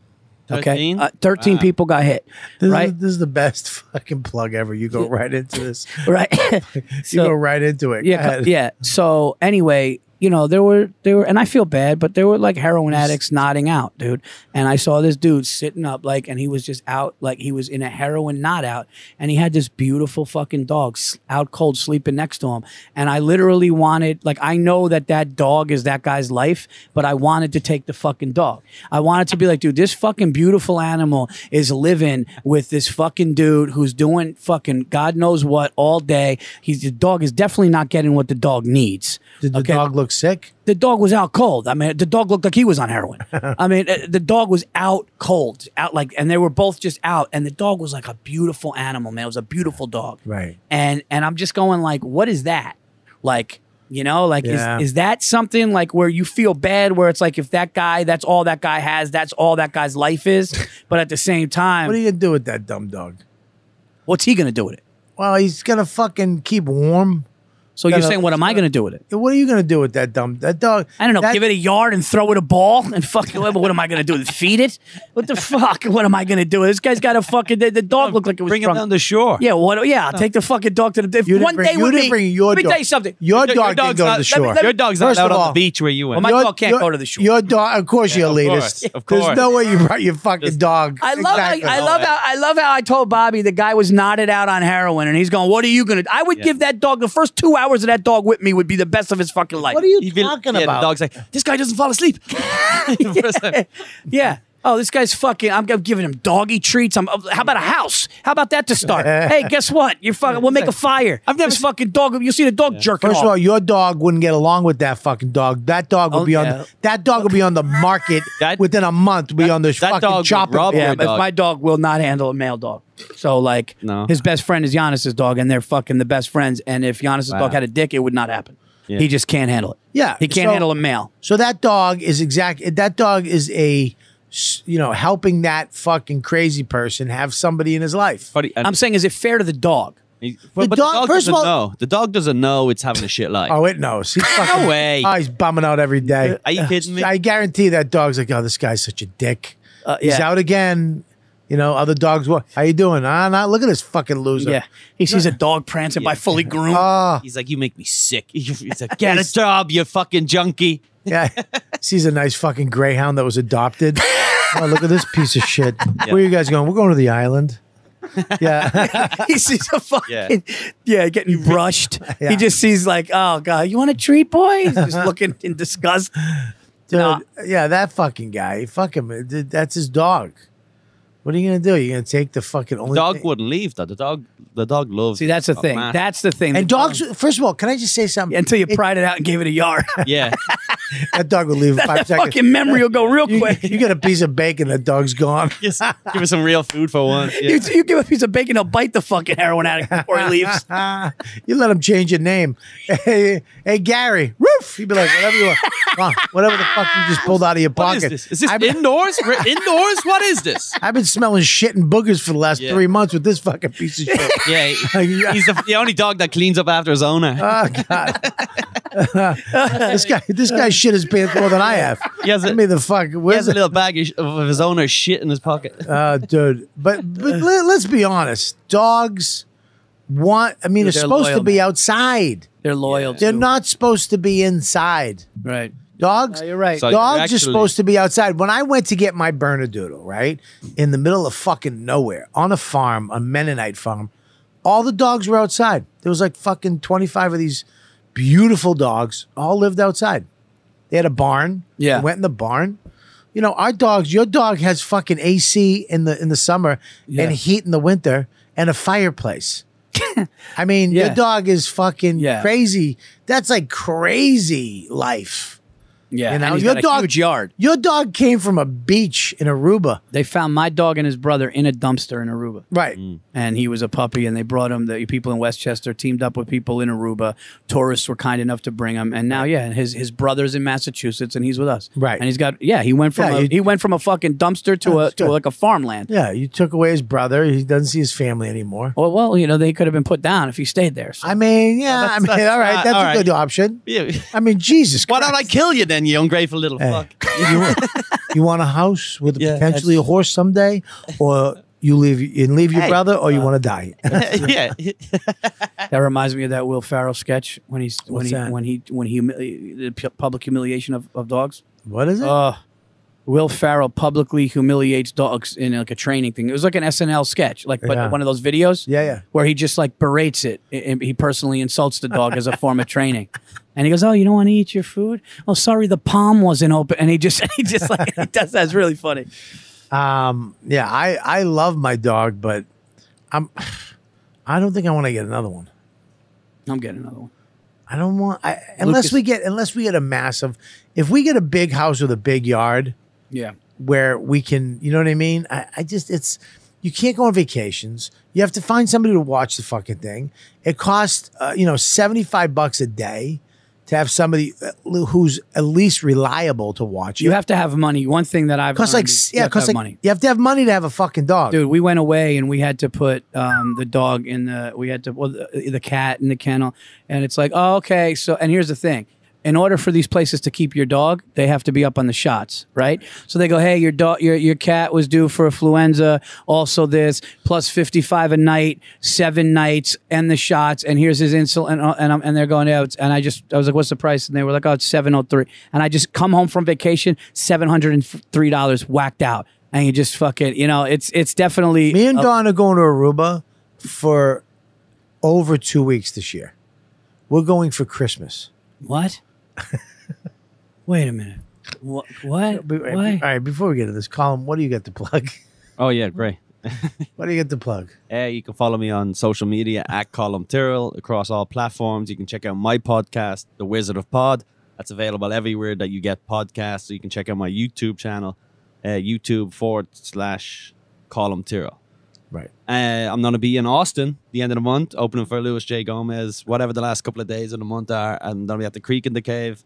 Okay. 13? Uh, 13 people got hit. This right. Is, this is the best fucking plug ever. You go right into this. right. You So- go right into it. Go Yeah, ahead. co- yeah. So anyway, you know, there were there were, and I feel bad, but there were like heroin addicts nodding out, dude. And I saw this dude sitting up, like, and he was just out, like he was in a heroin knot out, and he had this beautiful fucking dog s- out cold sleeping next to him. And I literally wanted, like, I know that that dog is that guy's life, but I wanted to take the fucking dog. I wanted to be like, dude, this fucking beautiful animal is living with this fucking dude who's doing fucking God knows what all day. He's the dog is definitely not getting what the dog needs. Did the Okay. dog look sick? The dog was out cold. I mean, the dog looked like he was on heroin. I mean, uh, the dog was out cold, out like, and they were both just out. And the dog was like a beautiful animal, man. It was a beautiful dog Right. and and I'm just going like, what is that? Like, you know, like Yeah. is is that something like where you feel bad, where it's like if that guy, that's all that guy has, that's all that guy's life is, but at the same time, What are you gonna do with that dumb dog? what's he gonna do with it? Well, he's gonna fucking keep warm. So you're Gotta- saying, what am I gonna do with it? What are you gonna do with that dumb that dog? I don't know. That- give it a yard and throw it a ball and fucking. what what am I gonna do? Feed it? What the fuck? What am I gonna do? This guy's got a fucking. The, the dog looked like it was Bring drunk. it down to shore. Yeah, what? Yeah, I'll take the fucking dog to the. If You didn't one bring- day you with didn't me, bring your let me dog. tell you something. Your, dog your didn't dog's go to not- the let me- shore. Your dog's not First out of on all, oh the beach where you went. my your- dog can't your- go to the shore. Your dog, of course, you're of elitist. course, of There's course. no way you brought your fucking Just- dog. I love Exactly. how, I love how I love how I told Bobby the guy was knotted out on heroin and he's going, What are you gonna do? I would give that dog the first two hours of that dog with me would be the best of his fucking life. What are you You'd be- talking yeah, about? The dog's like, this guy doesn't fall asleep. The first time. yeah. Oh, this guy's fucking. I'm, I'm giving him doggy treats. I'm, how about a house? How about that to start? hey, guess what? You're fucking. We'll make a fire. I've never fucking dog. You see the dog jerking First off. of all, your dog wouldn't get along with that fucking dog. That dog would Oh, be on yeah. the, that dog would be on the market That- within a month. Be on the that fucking dog would chopper. rob block. yeah, your but dog. my dog will not handle a male dog. So like, No. his best friend is Giannis's dog, and they're fucking the best friends. And if Giannis's Wow. dog had a dick, it would not happen. Yeah. He just can't handle it. Yeah, he can't so- handle a male. So that dog is exact. That dog is a s- you know helping that fucking crazy person have somebody in his life. But he- and I'm saying, is it fair to the dog? he- the but the dog- dog first of doesn't all- know. The dog doesn't know it's having a shit life. Oh, it knows. He's fucking, No way. Oh, he's bumming out every day. Are you kidding me? I guarantee that dog's like, oh, this guy's such a dick. Uh, He's yeah. out again. You know, other dogs. What? How you doing? Ah, nah, look at this fucking loser. Yeah, he sees a dog prancing by fully groomed. Ah, He's like, you make me sick. He's like, get a job, you fucking junkie. yeah. Sees a nice fucking greyhound that was adopted. oh, look at this piece of shit. Where are you guys going? We're going to the island. Yeah. he sees a fucking yeah, getting brushed. Yeah. He just sees like, oh god, you want a treat, boy? He's just looking in disgust. Dude, Nah. yeah, that fucking guy. Fuck him. Dude, That's his dog. What are you gonna do? You're gonna take the fucking only Dog thing- wouldn't leave though. The dog, the dog loves. See, that's the Oh, thing. man. That's the thing. And dogs. First of all, can I just say something? until you um, It- pried it out and gave it a yard, yeah. that dog will leave in five that seconds. fucking memory will go real You, quick. you get a piece of bacon, the dog's gone. Just give us some real food for once. Yeah. You, you give a piece of bacon, he'll bite the fucking heroin addict before he leaves. you let him change your name. Hey, hey, Gary, roof. He'd be like, whatever you want, Come on, whatever the fuck you just pulled out of your What is pocket. this? Is this I've, been- indoors? We're indoors? What is this? I've been smelling shit and boogers for the last Yeah. three months with this fucking piece of shit. Yeah, he- he's the, the only dog that cleans up after his owner. Oh God! this guy, this guy shit his pants more than I have. He has a- Give me the fuck. he Where's has a it? little bag of, sh- of his owner's shit in his pocket. Uh, dude, but, Uh. but let, us be honest. Dogs want. I mean, They're it's supposed loyal, to be outside. They're loyal. They're too. not supposed to be inside. right. Dogs. No, you're right. So- dogs are actually- supposed to be outside. When I went to get my Bernedoodle, right in the middle of fucking nowhere on a farm, a Mennonite farm, all the dogs were outside. There was like fucking twenty five of these beautiful dogs, all lived outside. They had a barn. Yeah. They went in the barn. You know, our dogs. Your dog has fucking AC in the in the summer Yeah. and heat in the winter and a fireplace. I mean, Yeah. your dog is fucking Yeah. crazy. That's like crazy life. yeah, You know, and he's your got dog- a huge yard. Your dog came from a beach in Aruba. They found my dog and his brother in a dumpster in Aruba, Right. and he was a puppy. And they brought him. The people in Westchester teamed up with people in Aruba. Tourists were kind enough to bring him, and now yeah, his his brother's in Massachusetts, and he's with us. Right. and he's got yeah, he went from Yeah, a, you- he went from a fucking dumpster to a That's to good. like a farmland. Yeah, you took away his brother. He doesn't see his family anymore. Well, well, you know they could have been put down if he stayed there. So. I mean, yeah, I that's- mean, that's all right, not- that's all a right. good option. Yeah. I mean, Jesus Why Christ. don't I kill you then, you ungrateful little Hey, fuck? you, want, you want a house with Yeah, potentially a that's- horse someday, or you leave and leave your Hey, uh, brother, or you want to die? yeah. That reminds me of that Will Farrell sketch when he's when What's he, that? when he when he humili- the pu- public humiliation of, of dogs. what is it? Uh, Will Farrell publicly humiliates dogs in like a training thing. It was like an SNL sketch, like but Yeah. one of those videos yeah, yeah. where he just like berates it. I- I- He personally insults the dog as a form of training. And he goes, "Oh, you don't want to eat your food? Oh, sorry, the palm wasn't open." And he just he just like he does that's really funny. Um, yeah, I I love my dog, but I'm I don't think I want to get another one. I'm getting another one. I don't want I, unless Lucas- we get unless we get a massive. If we get a big house with a big yard Yeah. where we can, you know what I mean. I, I just it's you can't go on vacations. You have to find somebody to watch the fucking thing. It costs uh, you know seventy five bucks a day to have somebody uh, who's at least reliable to watch. You it. have to have money. One thing that I've costs learned like is s- you yeah, have to costs have like money. you have to have money to have a fucking dog. dude we went away and we had to put um, the dog in the we had to well the, the cat in the kennel and it's like oh, okay so and here's the thing in order for these places to keep your dog they have to be up on the shots right so they go hey your dog your, your cat was due for influenza also this plus 55 a night seven nights and the shots and here's his insulin and, uh, and, I'm, and they're going out and i just i was like what's the price and they were like oh it's 703 and i just come home from vacation $703 whacked out and you just fucking you know it's it's definitely Me and uh, Don are going to Aruba for over two weeks this year. We're going for Christmas. what wait a minute what what Be- all Why? right, before we get into this, Colin, what do you got to plug? oh, yeah, great. What do you get to plug? Uh, you can follow me on social media at Column Tyrrell across all platforms. You can check out my podcast, The Wizard of Pod. That's available everywhere that you get podcasts. So you can check out my YouTube channel, uh, YouTube forward slash Column Tyrrell. Right. Uh, I'm going to be in Austin the end of the month, opening for Louis J. Gomez, whatever the last couple of days of the month are. I'm going to be at the Creek in the Cave.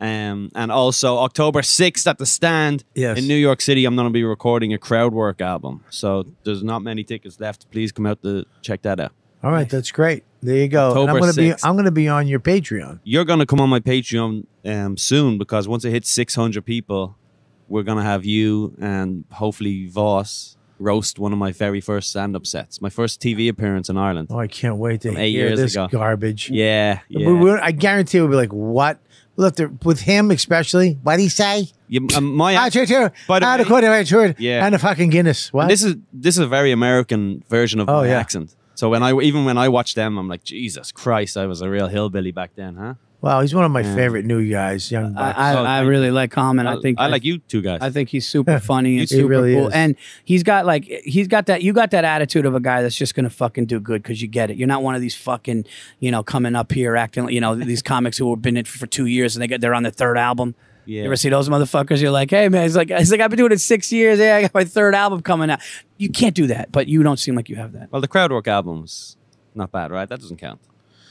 Um, and also October 6th at the stand Yes. in New York City, I'm going to be recording a crowd work album. So there's not many tickets left. Please come out to check that out. All right, that's great. There you go. and I'm October gonna be 6th. I'm gonna be on your Patreon. You're going to come on my Patreon um, soon because once it hits 600 people, we're going to have you and hopefully Voss roast one of my very first stand up sets, my first TV appearance in Ireland. Oh, I can't wait to From eight hear years this ago. garbage. Yeah. We- yeah. we- I guarantee we'll be like, what? We'll have to, with him especially. What would he say? Ah, You- um, my I took two. By the I had a way- quarter, I had a short, Yeah. And a fucking Guinness. What? This is this is a very American version of Oh, my yeah. accent. So when I even when I watch them, I'm like, Jesus Christ, I was a real hillbilly back then, huh? wow, he's one of my Yeah. favorite new guys, young I, buck. I, Oh, I thank really like Common. I think I like you two guys. I think he's super funny He and super really cool. is. And he's got like he's got that you got that attitude of a guy that's just gonna fucking do good because you get it. You're not one of these fucking you know coming up here acting like- you know these comics who have been in for two years and they get they're on their third album. yeah. You ever see those motherfuckers? You're like, hey man, he's like he's like I've been doing it six years. Yeah, I got my third album coming out. You can't do that, but you don't seem like you have that. well, the crowdwork albums, not bad, right? That doesn't count.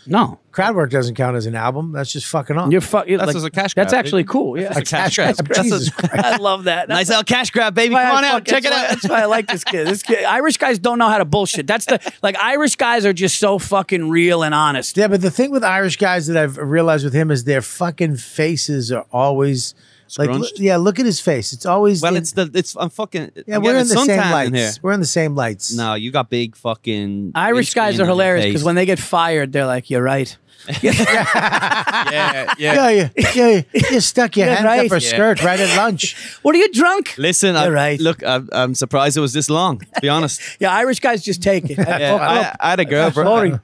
No, Crowd work doesn't count as an album. That's just fucking off. you're fuck. You're That's like, just a cash That's grab, actually dude. cool. Yeah, That's just a cash Cash grab. grab. Jesus I love that. That's Nice little cash grab, baby. why Come I on out, fuck- check it that's why- out. That's why I like this kid. This kid, Irish guys don't know how to bullshit. That's the like Irish guys are just so fucking real and honest. Yeah, but the thing with Irish guys that I've realized with him is their fucking faces are always Like, Scrunched. l- yeah, look at his face. It's always well, in- it's the it's I'm fucking. yeah. I'm We're getting in the same suntan in here. lights. We're in the same lights. No, you got big fucking Irish guys are hilarious because when they get fired, they're like, "You're right." yeah, yeah. Yeah, yeah, yeah. You stuck your You're hand up right. her Yeah. skirt right at lunch. What are you drunk? listen, I, You're right. look, I'm, I'm surprised it was this long. To be honest, Yeah, Irish guys just take it. yeah, I, I had a girl, bro. Sorry.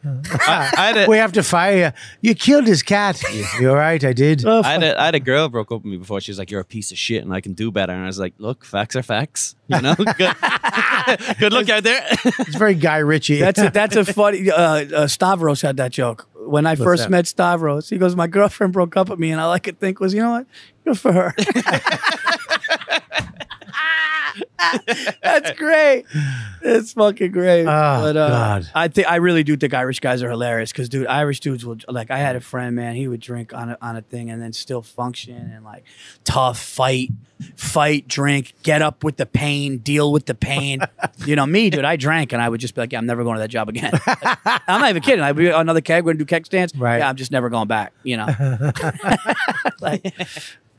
I, I had a, we have to fire you. You killed his cat. You're right. I did. Oh, I had, a, I had a girl broke up with me before. She was like, "You're a piece of shit, and I can do better." And I was like, "Look, facts are facts. You know, good, good luck out there." It's very Guy Ritchie. That's a, that's a funny. Uh, uh, Stavros had that joke when I first that? met Stavros. He goes, "My girlfriend broke up with me, and all I could think was, you know what? Good for her." that's great. It's fucking great. but, uh, Ah, God. I think I really do think Irish guys are hilarious because, dude, Irish dudes will like. I had a friend, man. He would drink on a, on a thing and then still function and like tough fight, fight, drink, get up with the pain, deal with the pain. you know me, dude. I drank and I would just be like, yeah, I'm never going to that job again. I'm not even kidding. I'd be another keg. We're gonna do keg stands. Right. Yeah, I'm just never going back. You know. like,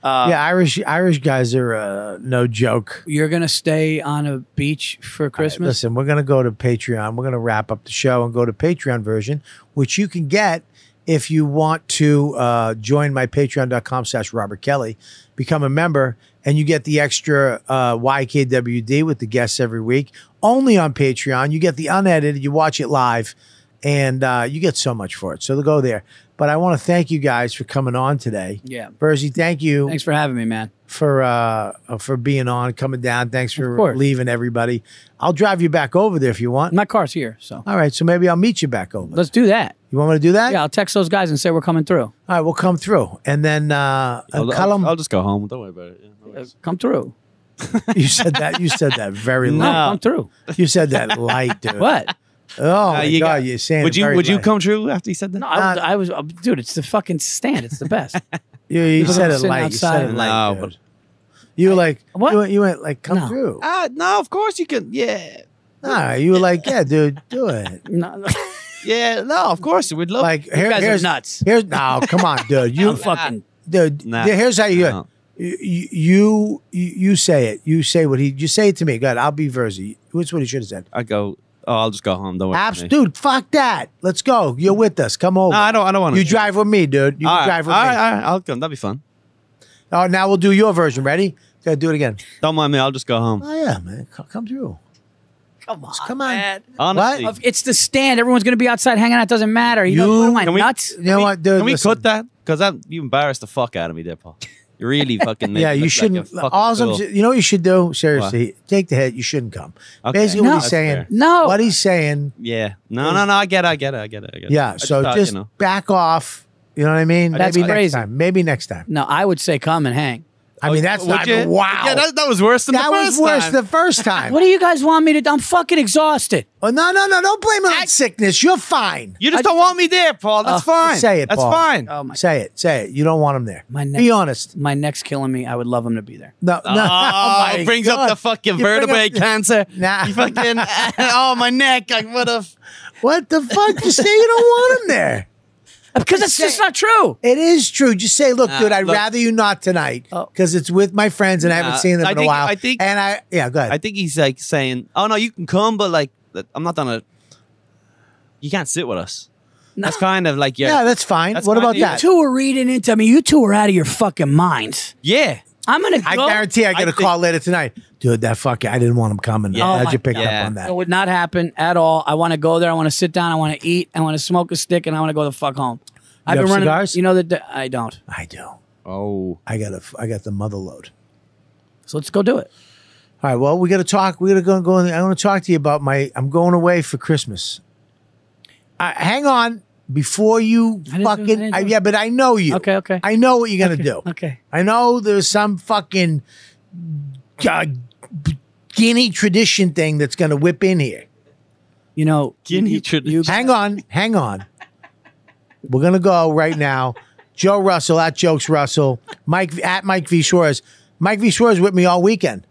yeah, Irish Irish guys are uh, no joke. you're gonna stay on a beach for Christmas. Listen, we're going to go to Patreon. We're going to wrap up the show and go to Patreon version, which you can get if you want to uh, join my patreon.com slash Robert Kelly, become a member, and you get the extra uh, YKWD with the guests every week. Only on Patreon. You get the unedited, you watch it live, and uh, you get so much for it. So go there. But I want to thank you guys for coming on today. yeah. Verzi, thank you Thanks for having me, man. for uh uh, for being on, coming down. Thanks Of for course. leaving everybody. I'll drive you back over there if you want. My car's here, so All right, so maybe I'll meet you back over. let's do that. you want me to do that? Yeah, I'll text those guys and say we're coming through. All right, we'll come through, and then uh, uh, I'll, Colum, I'll, I'll just go home. Don't worry about it. Yeah, Oh no worries. Come through. you said that. You said that very No, light. come through. You said that light, dude. What? Oh Uh, my you god, got- you're saying would it you very would you light. come true after you said that? No, I was, I was, dude. It's the fucking stand. It's the best. You, you Because said it I'm sitting light. You said outside. it light, No, dude. you were like What? You, went, you went like come No. through. Ah, no, of course you can. Yeah, Nah, you were like yeah, dude, do it. No, no. yeah, no, of course you would love. Like here, you guys here's are nuts. Here's no, come on, dude. You You fucking. dude. Nah. Here's how you. No. you you you say it. You say what he. You say it to me. God, I'll be Verzi. That's what he should have said. I go. Oh, I'll just go home. Don't worry. about Abs, me. dude, fuck that. Let's go. You're with us. Come over. No, I don't. I don't want you drive with me, dude. You All right, drive with all me. right, all right, I'll come. That'd be fun. Oh, now we'll do your version. Ready? Gotta do it again. Don't mind me. I'll just go home. Oh yeah, man. C- Come through. Come on. Come on. Honestly, What? It's the stand. Everyone's gonna be outside hanging out. Doesn't matter. You, You- know, what am I Can we- nuts? You know what, dude? can we listen. cut that? Because I'm you embarrassed the fuck out of me there, Paul. You really fucking. made Yeah, me you look shouldn't. Like a fucking Awesome. fool. You know what you should do? Seriously, take the hit. You shouldn't come. Okay. Basically, No. what he's That's saying. fair. No. What he's saying. Yeah. No, no, no. I get it. I get it. I get it. I get it. Yeah. I so thought, just, you know, back off. You know what I mean? That's Maybe next crazy. time. Maybe next time. no, I would say come and hang. I mean, that's Oh, would not you? wow. Yeah, that, that was worse than that the was first worse time. the first time. What do you guys want me to? do? I'm fucking exhausted. oh, no, no, no! Don't blame it on sickness. You're fine. you just I- don't want me there, Paul. That's fine. Oh, say it, That's Paul. Um, fine. Oh my. Say it. Say it. You don't want him there. My neck- Be honest. My neck's killing me. I would love him to be there. No, no. Oh, my it brings God. up the fucking You bring vertebrae up the- cancer. Nah. You fucking. oh, my neck. Like, what if? What the fuck? You say you don't want him there. Because it's just not true. It is true. Just say, look, Nah, dude, I'd look. rather you not tonight Oh. because it's with my friends and I haven't Nah, seen them I in a think- while. I think- And I, yeah, go ahead. I think he's like saying, "Oh no, you can come, but like, that- I'm not gonna. You can't sit with us." That's kind of like your, yeah, that's fine. That's what my about deal. You that? two are reading into me. You two are out of your fucking minds. yeah. I'm gonna. I go- guarantee I get a I think- call later tonight. Dude, that fucking, I didn't want him coming. Yeah. Yeah. Oh How'd my you pick God. up on that? It would not happen at all. I want to go there. I want to sit down. I want to eat. I want to smoke a stick, and I want to go the fuck home. I've have been running. cigars? You know that I don't. I do. Oh, I got a, I got the mother load. So let's go do it. All right. Well, we got to talk. We got to go and go. in- I want to talk to you about my. I'm going away for Christmas. Uh, hang on before you I didn't do- I fucking. didn't I- do it. yeah, but I know you. Okay, okay. I know what you're gonna do. Okay. I know there's some fucking uh, Guinea tradition thing that's gonna whip in here. You know, Guinea you- tradition. you- Hang on, hang on. We're gonna go right now. Joe Russell at Jokes Russell, Mike at Mike V Suarez. Mike V Suarez with me all weekend.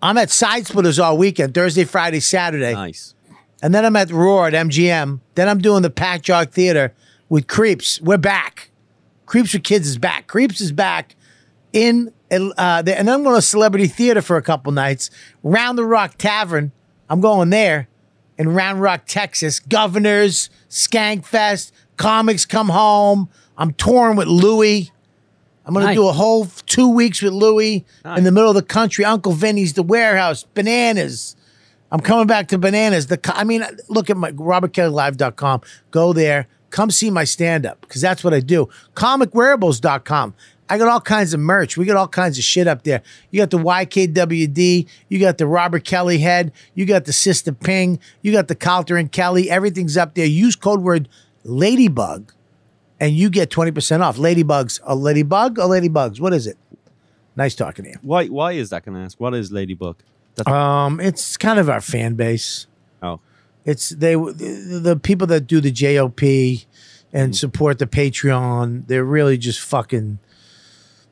I'm at Side Splitters all weekend, Thursday, Friday, Saturday, nice. and then I'm at Roar at MGM. Then I'm doing the Pack Jog Theater with Creeps. We're back. Creeps with Kids is back. Creeps is back. in, uh, the, and then I'm going to Celebrity Theater for a couple nights. Round the Rock Tavern, I'm going there in Round Rock, Texas. Governors, Skankfest, comics come home. I'm touring with Louie. I'm going Nice. to do a whole f- two weeks with Louie Nice. in the middle of the country. Uncle Vinny's, the warehouse, bananas. I'm coming back to bananas. The co- I mean, look at my robertkellylive.com. Go there. Come see my stand up because that's what I do. Comicwearables.com. I got all kinds of merch. We got all kinds of shit up there. You got the YKWD. You got the Robert Kelly head. You got the Sister Ping. You got the Coulter and Kelly. Everything's up there. Use code word Ladybug and you get 20% off. Ladybugs. A ladybug or ladybugs? What is it? Nice talking to you. Why? Why is that? Can I ask? What is Ladybug? That's Um, it's kind of our fan base. oh, It's they the, the people that do the JOP Mm. and support the Patreon. They're really just fucking.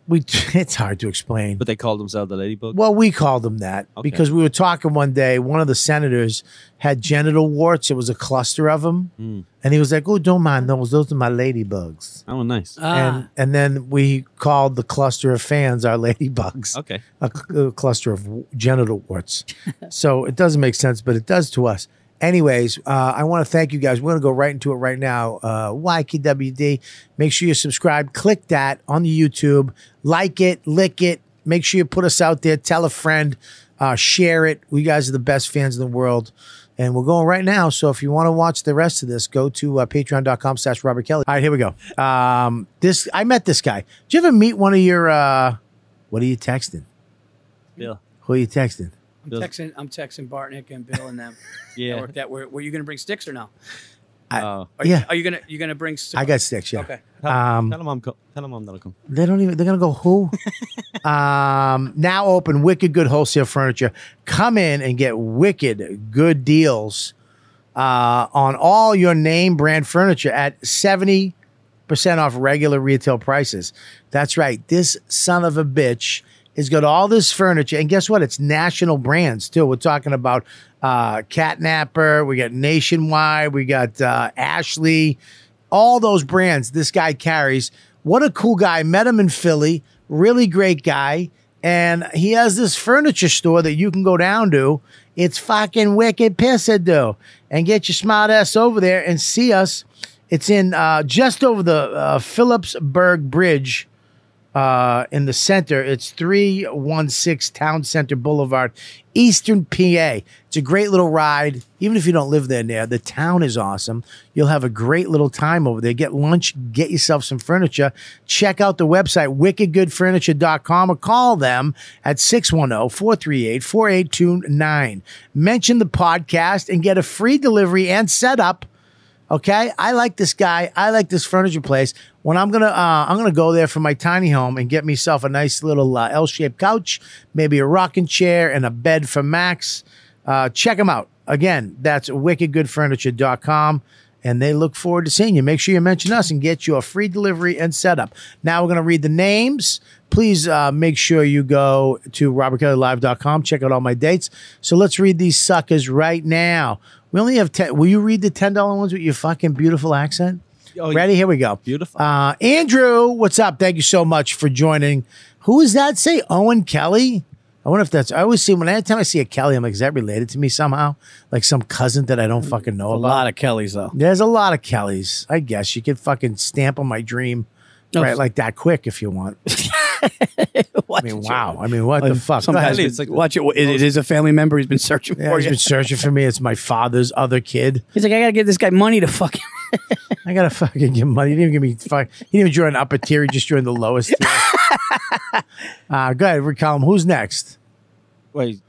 We it's hard to explain. but they call themselves the Ladybug. Well, we called them that Okay. because we were talking one day. One of the senators had genital warts. It was a cluster of them, Mm. and he was like, "Oh, don't mind those. Those are my ladybugs." Oh, nice. ah, And and then we called the cluster of fans our ladybugs okay. a, cl- a cluster of w- genital warts. so it doesn't make sense, but it does to us. Anyways, uh, I want to thank you guys. We're going to go right into it right now. Uh, YKWD. Make sure you subscribe. Click that on the YouTube. Like it, lick it. Make sure you put us out there. Tell a friend. Uh, share it. We guys are the best fans in the world. And we're going right now. So if you want to watch the rest of this, go to uh, patreon.com slash Robert Kelly. All right, here we go. Um, this I met this guy. Did you ever meet one of your, uh, what are you texting? Bill. Who are you texting? I'm Bill. texting. I'm texting Bartnick and Bill and them. yeah. Yeah. Network that were, were you gonna bring sticks or no? Oh. Are you, Yeah. Are you gonna you gonna bring? Sticks? I got sticks. Yeah. Okay. Tell, Um, tell them I'm. Co- tell them I'm that'll come. They don't even. They're gonna go who? um, now open wicked good wholesale furniture. Come in and get wicked good deals uh, on all your name brand furniture at seventy percent off regular retail prices. That's right. This son of a bitch has got all this furniture, and guess what? It's national brands too. We're talking about uh, Catnapper. We got Nationwide. We got uh, Ashley. all those brands this guy carries. What a cool guy. Met him in Philly. Really great guy. And he has this furniture store that you can go down to. It's fucking wicked pissed though. And get your smart ass over there and see us. It's in uh, just over the uh, Phillipsburg Bridge uh, in the center. It's 316 Town Center Boulevard, Eastern PA. It's a great little ride. Even if you don't live there, near the town is awesome. You'll have a great little time over there. Get lunch, get yourself some furniture. Check out the website, wickedgoodfurniture.com, or call them at 610 438 4829. Mention the podcast and get a free delivery and setup. Okay, I like this guy. I like this furniture place. When I'm gonna, uh, I'm gonna go there for my tiny home and get myself a nice little uh, L-shaped couch, maybe a rocking chair and a bed for Max. Uh, check them out again. That's wickedgoodfurniture.com, and they look forward to seeing you. Make sure you mention us and get you a free delivery and setup. Now we're gonna read the names. Please uh, make sure you go to robertkellylive.com. Check out all my dates. So let's read these suckers right now. We only have ten. Will you read the ten dollar ones with your fucking beautiful accent? Oh, Ready? Here we go. Beautiful. Uh, Andrew, what's up? Thank you so much for joining. Who is that? Say Owen Kelly. I wonder if that's. I always see when every time I see a Kelly, I'm like, is that related to me somehow? Like some cousin that I don't fucking know a about. lot of Kellys though. There's a lot of Kellys. I guess you could fucking stamp on my dream. No. Right, like that quick if you want. I mean, wow. I mean, what the fuck? Go ahead. Sometimes it's Oh, like watch it. It, it is a family member. He's been searching Yeah, for he's you. been searching for me. It's my father's other kid. He's like, I gotta give this guy money to fucking. I gotta fucking give money. He didn't even give me fuck. He didn't even join upper tier. He just joined the lowest tier. uh, go ahead, Column. Who's next? Wait.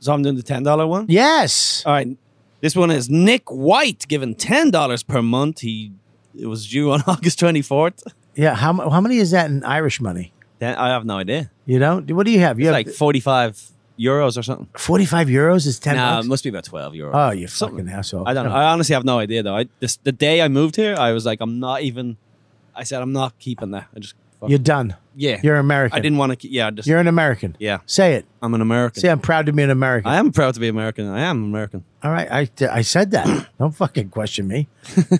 So I'm doing the ten dollar one. Yes. All right. This one is Nick White giving ten dollars per month. He it was due on August twenty fourth. Yeah. How mu- how many is that in Irish money? Then I have no idea. You know, what do you have? You It's have like forty five euros or something. forty five euros is ten. Nah, it bucks? must be about twelve euros. Oh, you Something. fucking asshole! I don't know. I honestly have no idea though. I this the day I moved here, I was like, I'm not even. I said I'm not keeping that. I just fuck- You're done. yeah. You're American. I didn't want to. Yeah, I just You're an American. yeah. Say it. I'm an American. Say I'm proud to be an American. I am proud to be American. I am American. All right, I I said that. don't fucking question me.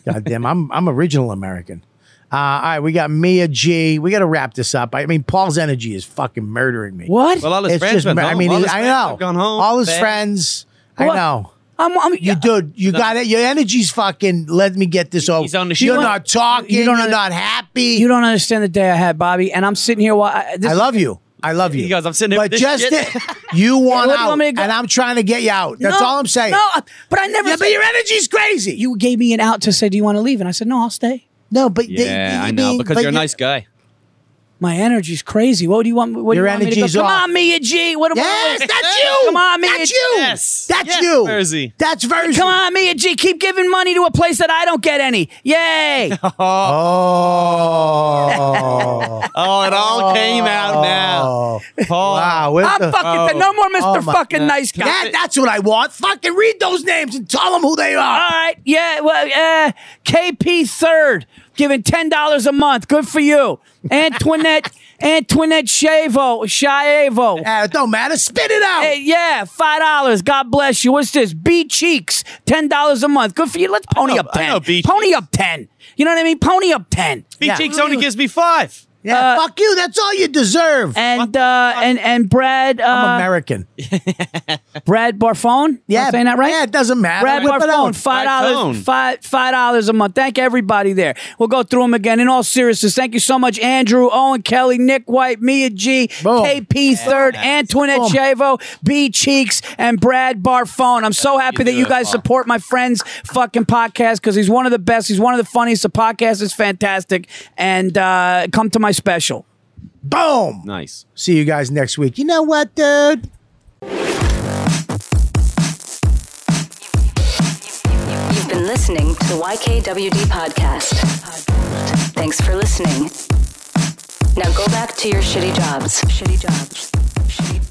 Goddamn, I'm I'm original American. Uh, all right, we got Mia G. We got to wrap this up. I mean, Paul's energy is fucking murdering me. What? Well, all his It's friends just, went mur- home. I mean, all he- his I friends know. have gone home. All his Bad. friends. I What? know. I'm, I'm, You, dude, you got it. Your energy's fucking. Let me get this over. He's on the You're show. not talking. You You don't are under- not happy. you don't understand the day I had, Bobby. And I'm sitting here. While I, this, I love you. I love you. You guys, I'm sitting here but with just this shit. it, you want where do you out, want me to go? and I'm trying to get you out. That's No, all I'm saying. No, but I never. yeah, but your energy's crazy. you gave me an out to say, "Do you want to leave?" And I said, "No, I'll stay." no, but they- Yeah, they- I know they- because but you're a you- nice guy. My energy's crazy. What do you want? What Your do you want me to go? energy's Come off. on, Mia G. What am I? Yes, that's you. Come on, Mia. That's G. you. Yes. That's Yes, you. Verzi. That's Verzi. Come on, Mia G. Keep giving money to a place that I don't get any. Yay! Oh. Oh, it all came out now. Oh. Paul. Wow. with I'm the- fucking oh, no more Mr. oh my- fucking nice guy. That- that's what I want. Fucking read those names and tell them who they All are. right, yeah, well, uh, KP third, giving ten dollars a month. Good for you, Antoinette. Antoinette Shavo, Shavo. Ah, it don't matter. Spit it out. Hey, yeah, five dollars. God bless you. What's this? B cheeks, ten dollars a month. Good for you. Let's pony know- up I ten. know B pony up ten. You know what I mean? Pony up ten. B Yeah. Cheeks only gives me five. yeah, uh, fuck you. That's all you deserve. And uh, and and Brad I'm uh, American. Brad Barfone. Yeah, I'm saying that right? Yeah, it doesn't matter. Brad Whip it Barfone, out. five Barfone. dollars, five five dollars a month. Thank everybody there. We'll go through them again. In all seriousness, thank you so much, Andrew, Owen, Kelly, Nick White, Mia G, Boom. KP Third, Antoinette Boom. Chavo, B Cheeks, and Brad Barfone. I'm so happy you that do you it, guys Paul. support my friend's fucking podcast because he's one of the best. He's one of the funniest. The podcast is fantastic, and uh, come to my special. Boom. Nice. See you guys next week. You know what, dude? You've been listening to the YKWD podcast. Thanks for listening. Now go back to your shitty jobs. Shitty jobs. Shitty jobs.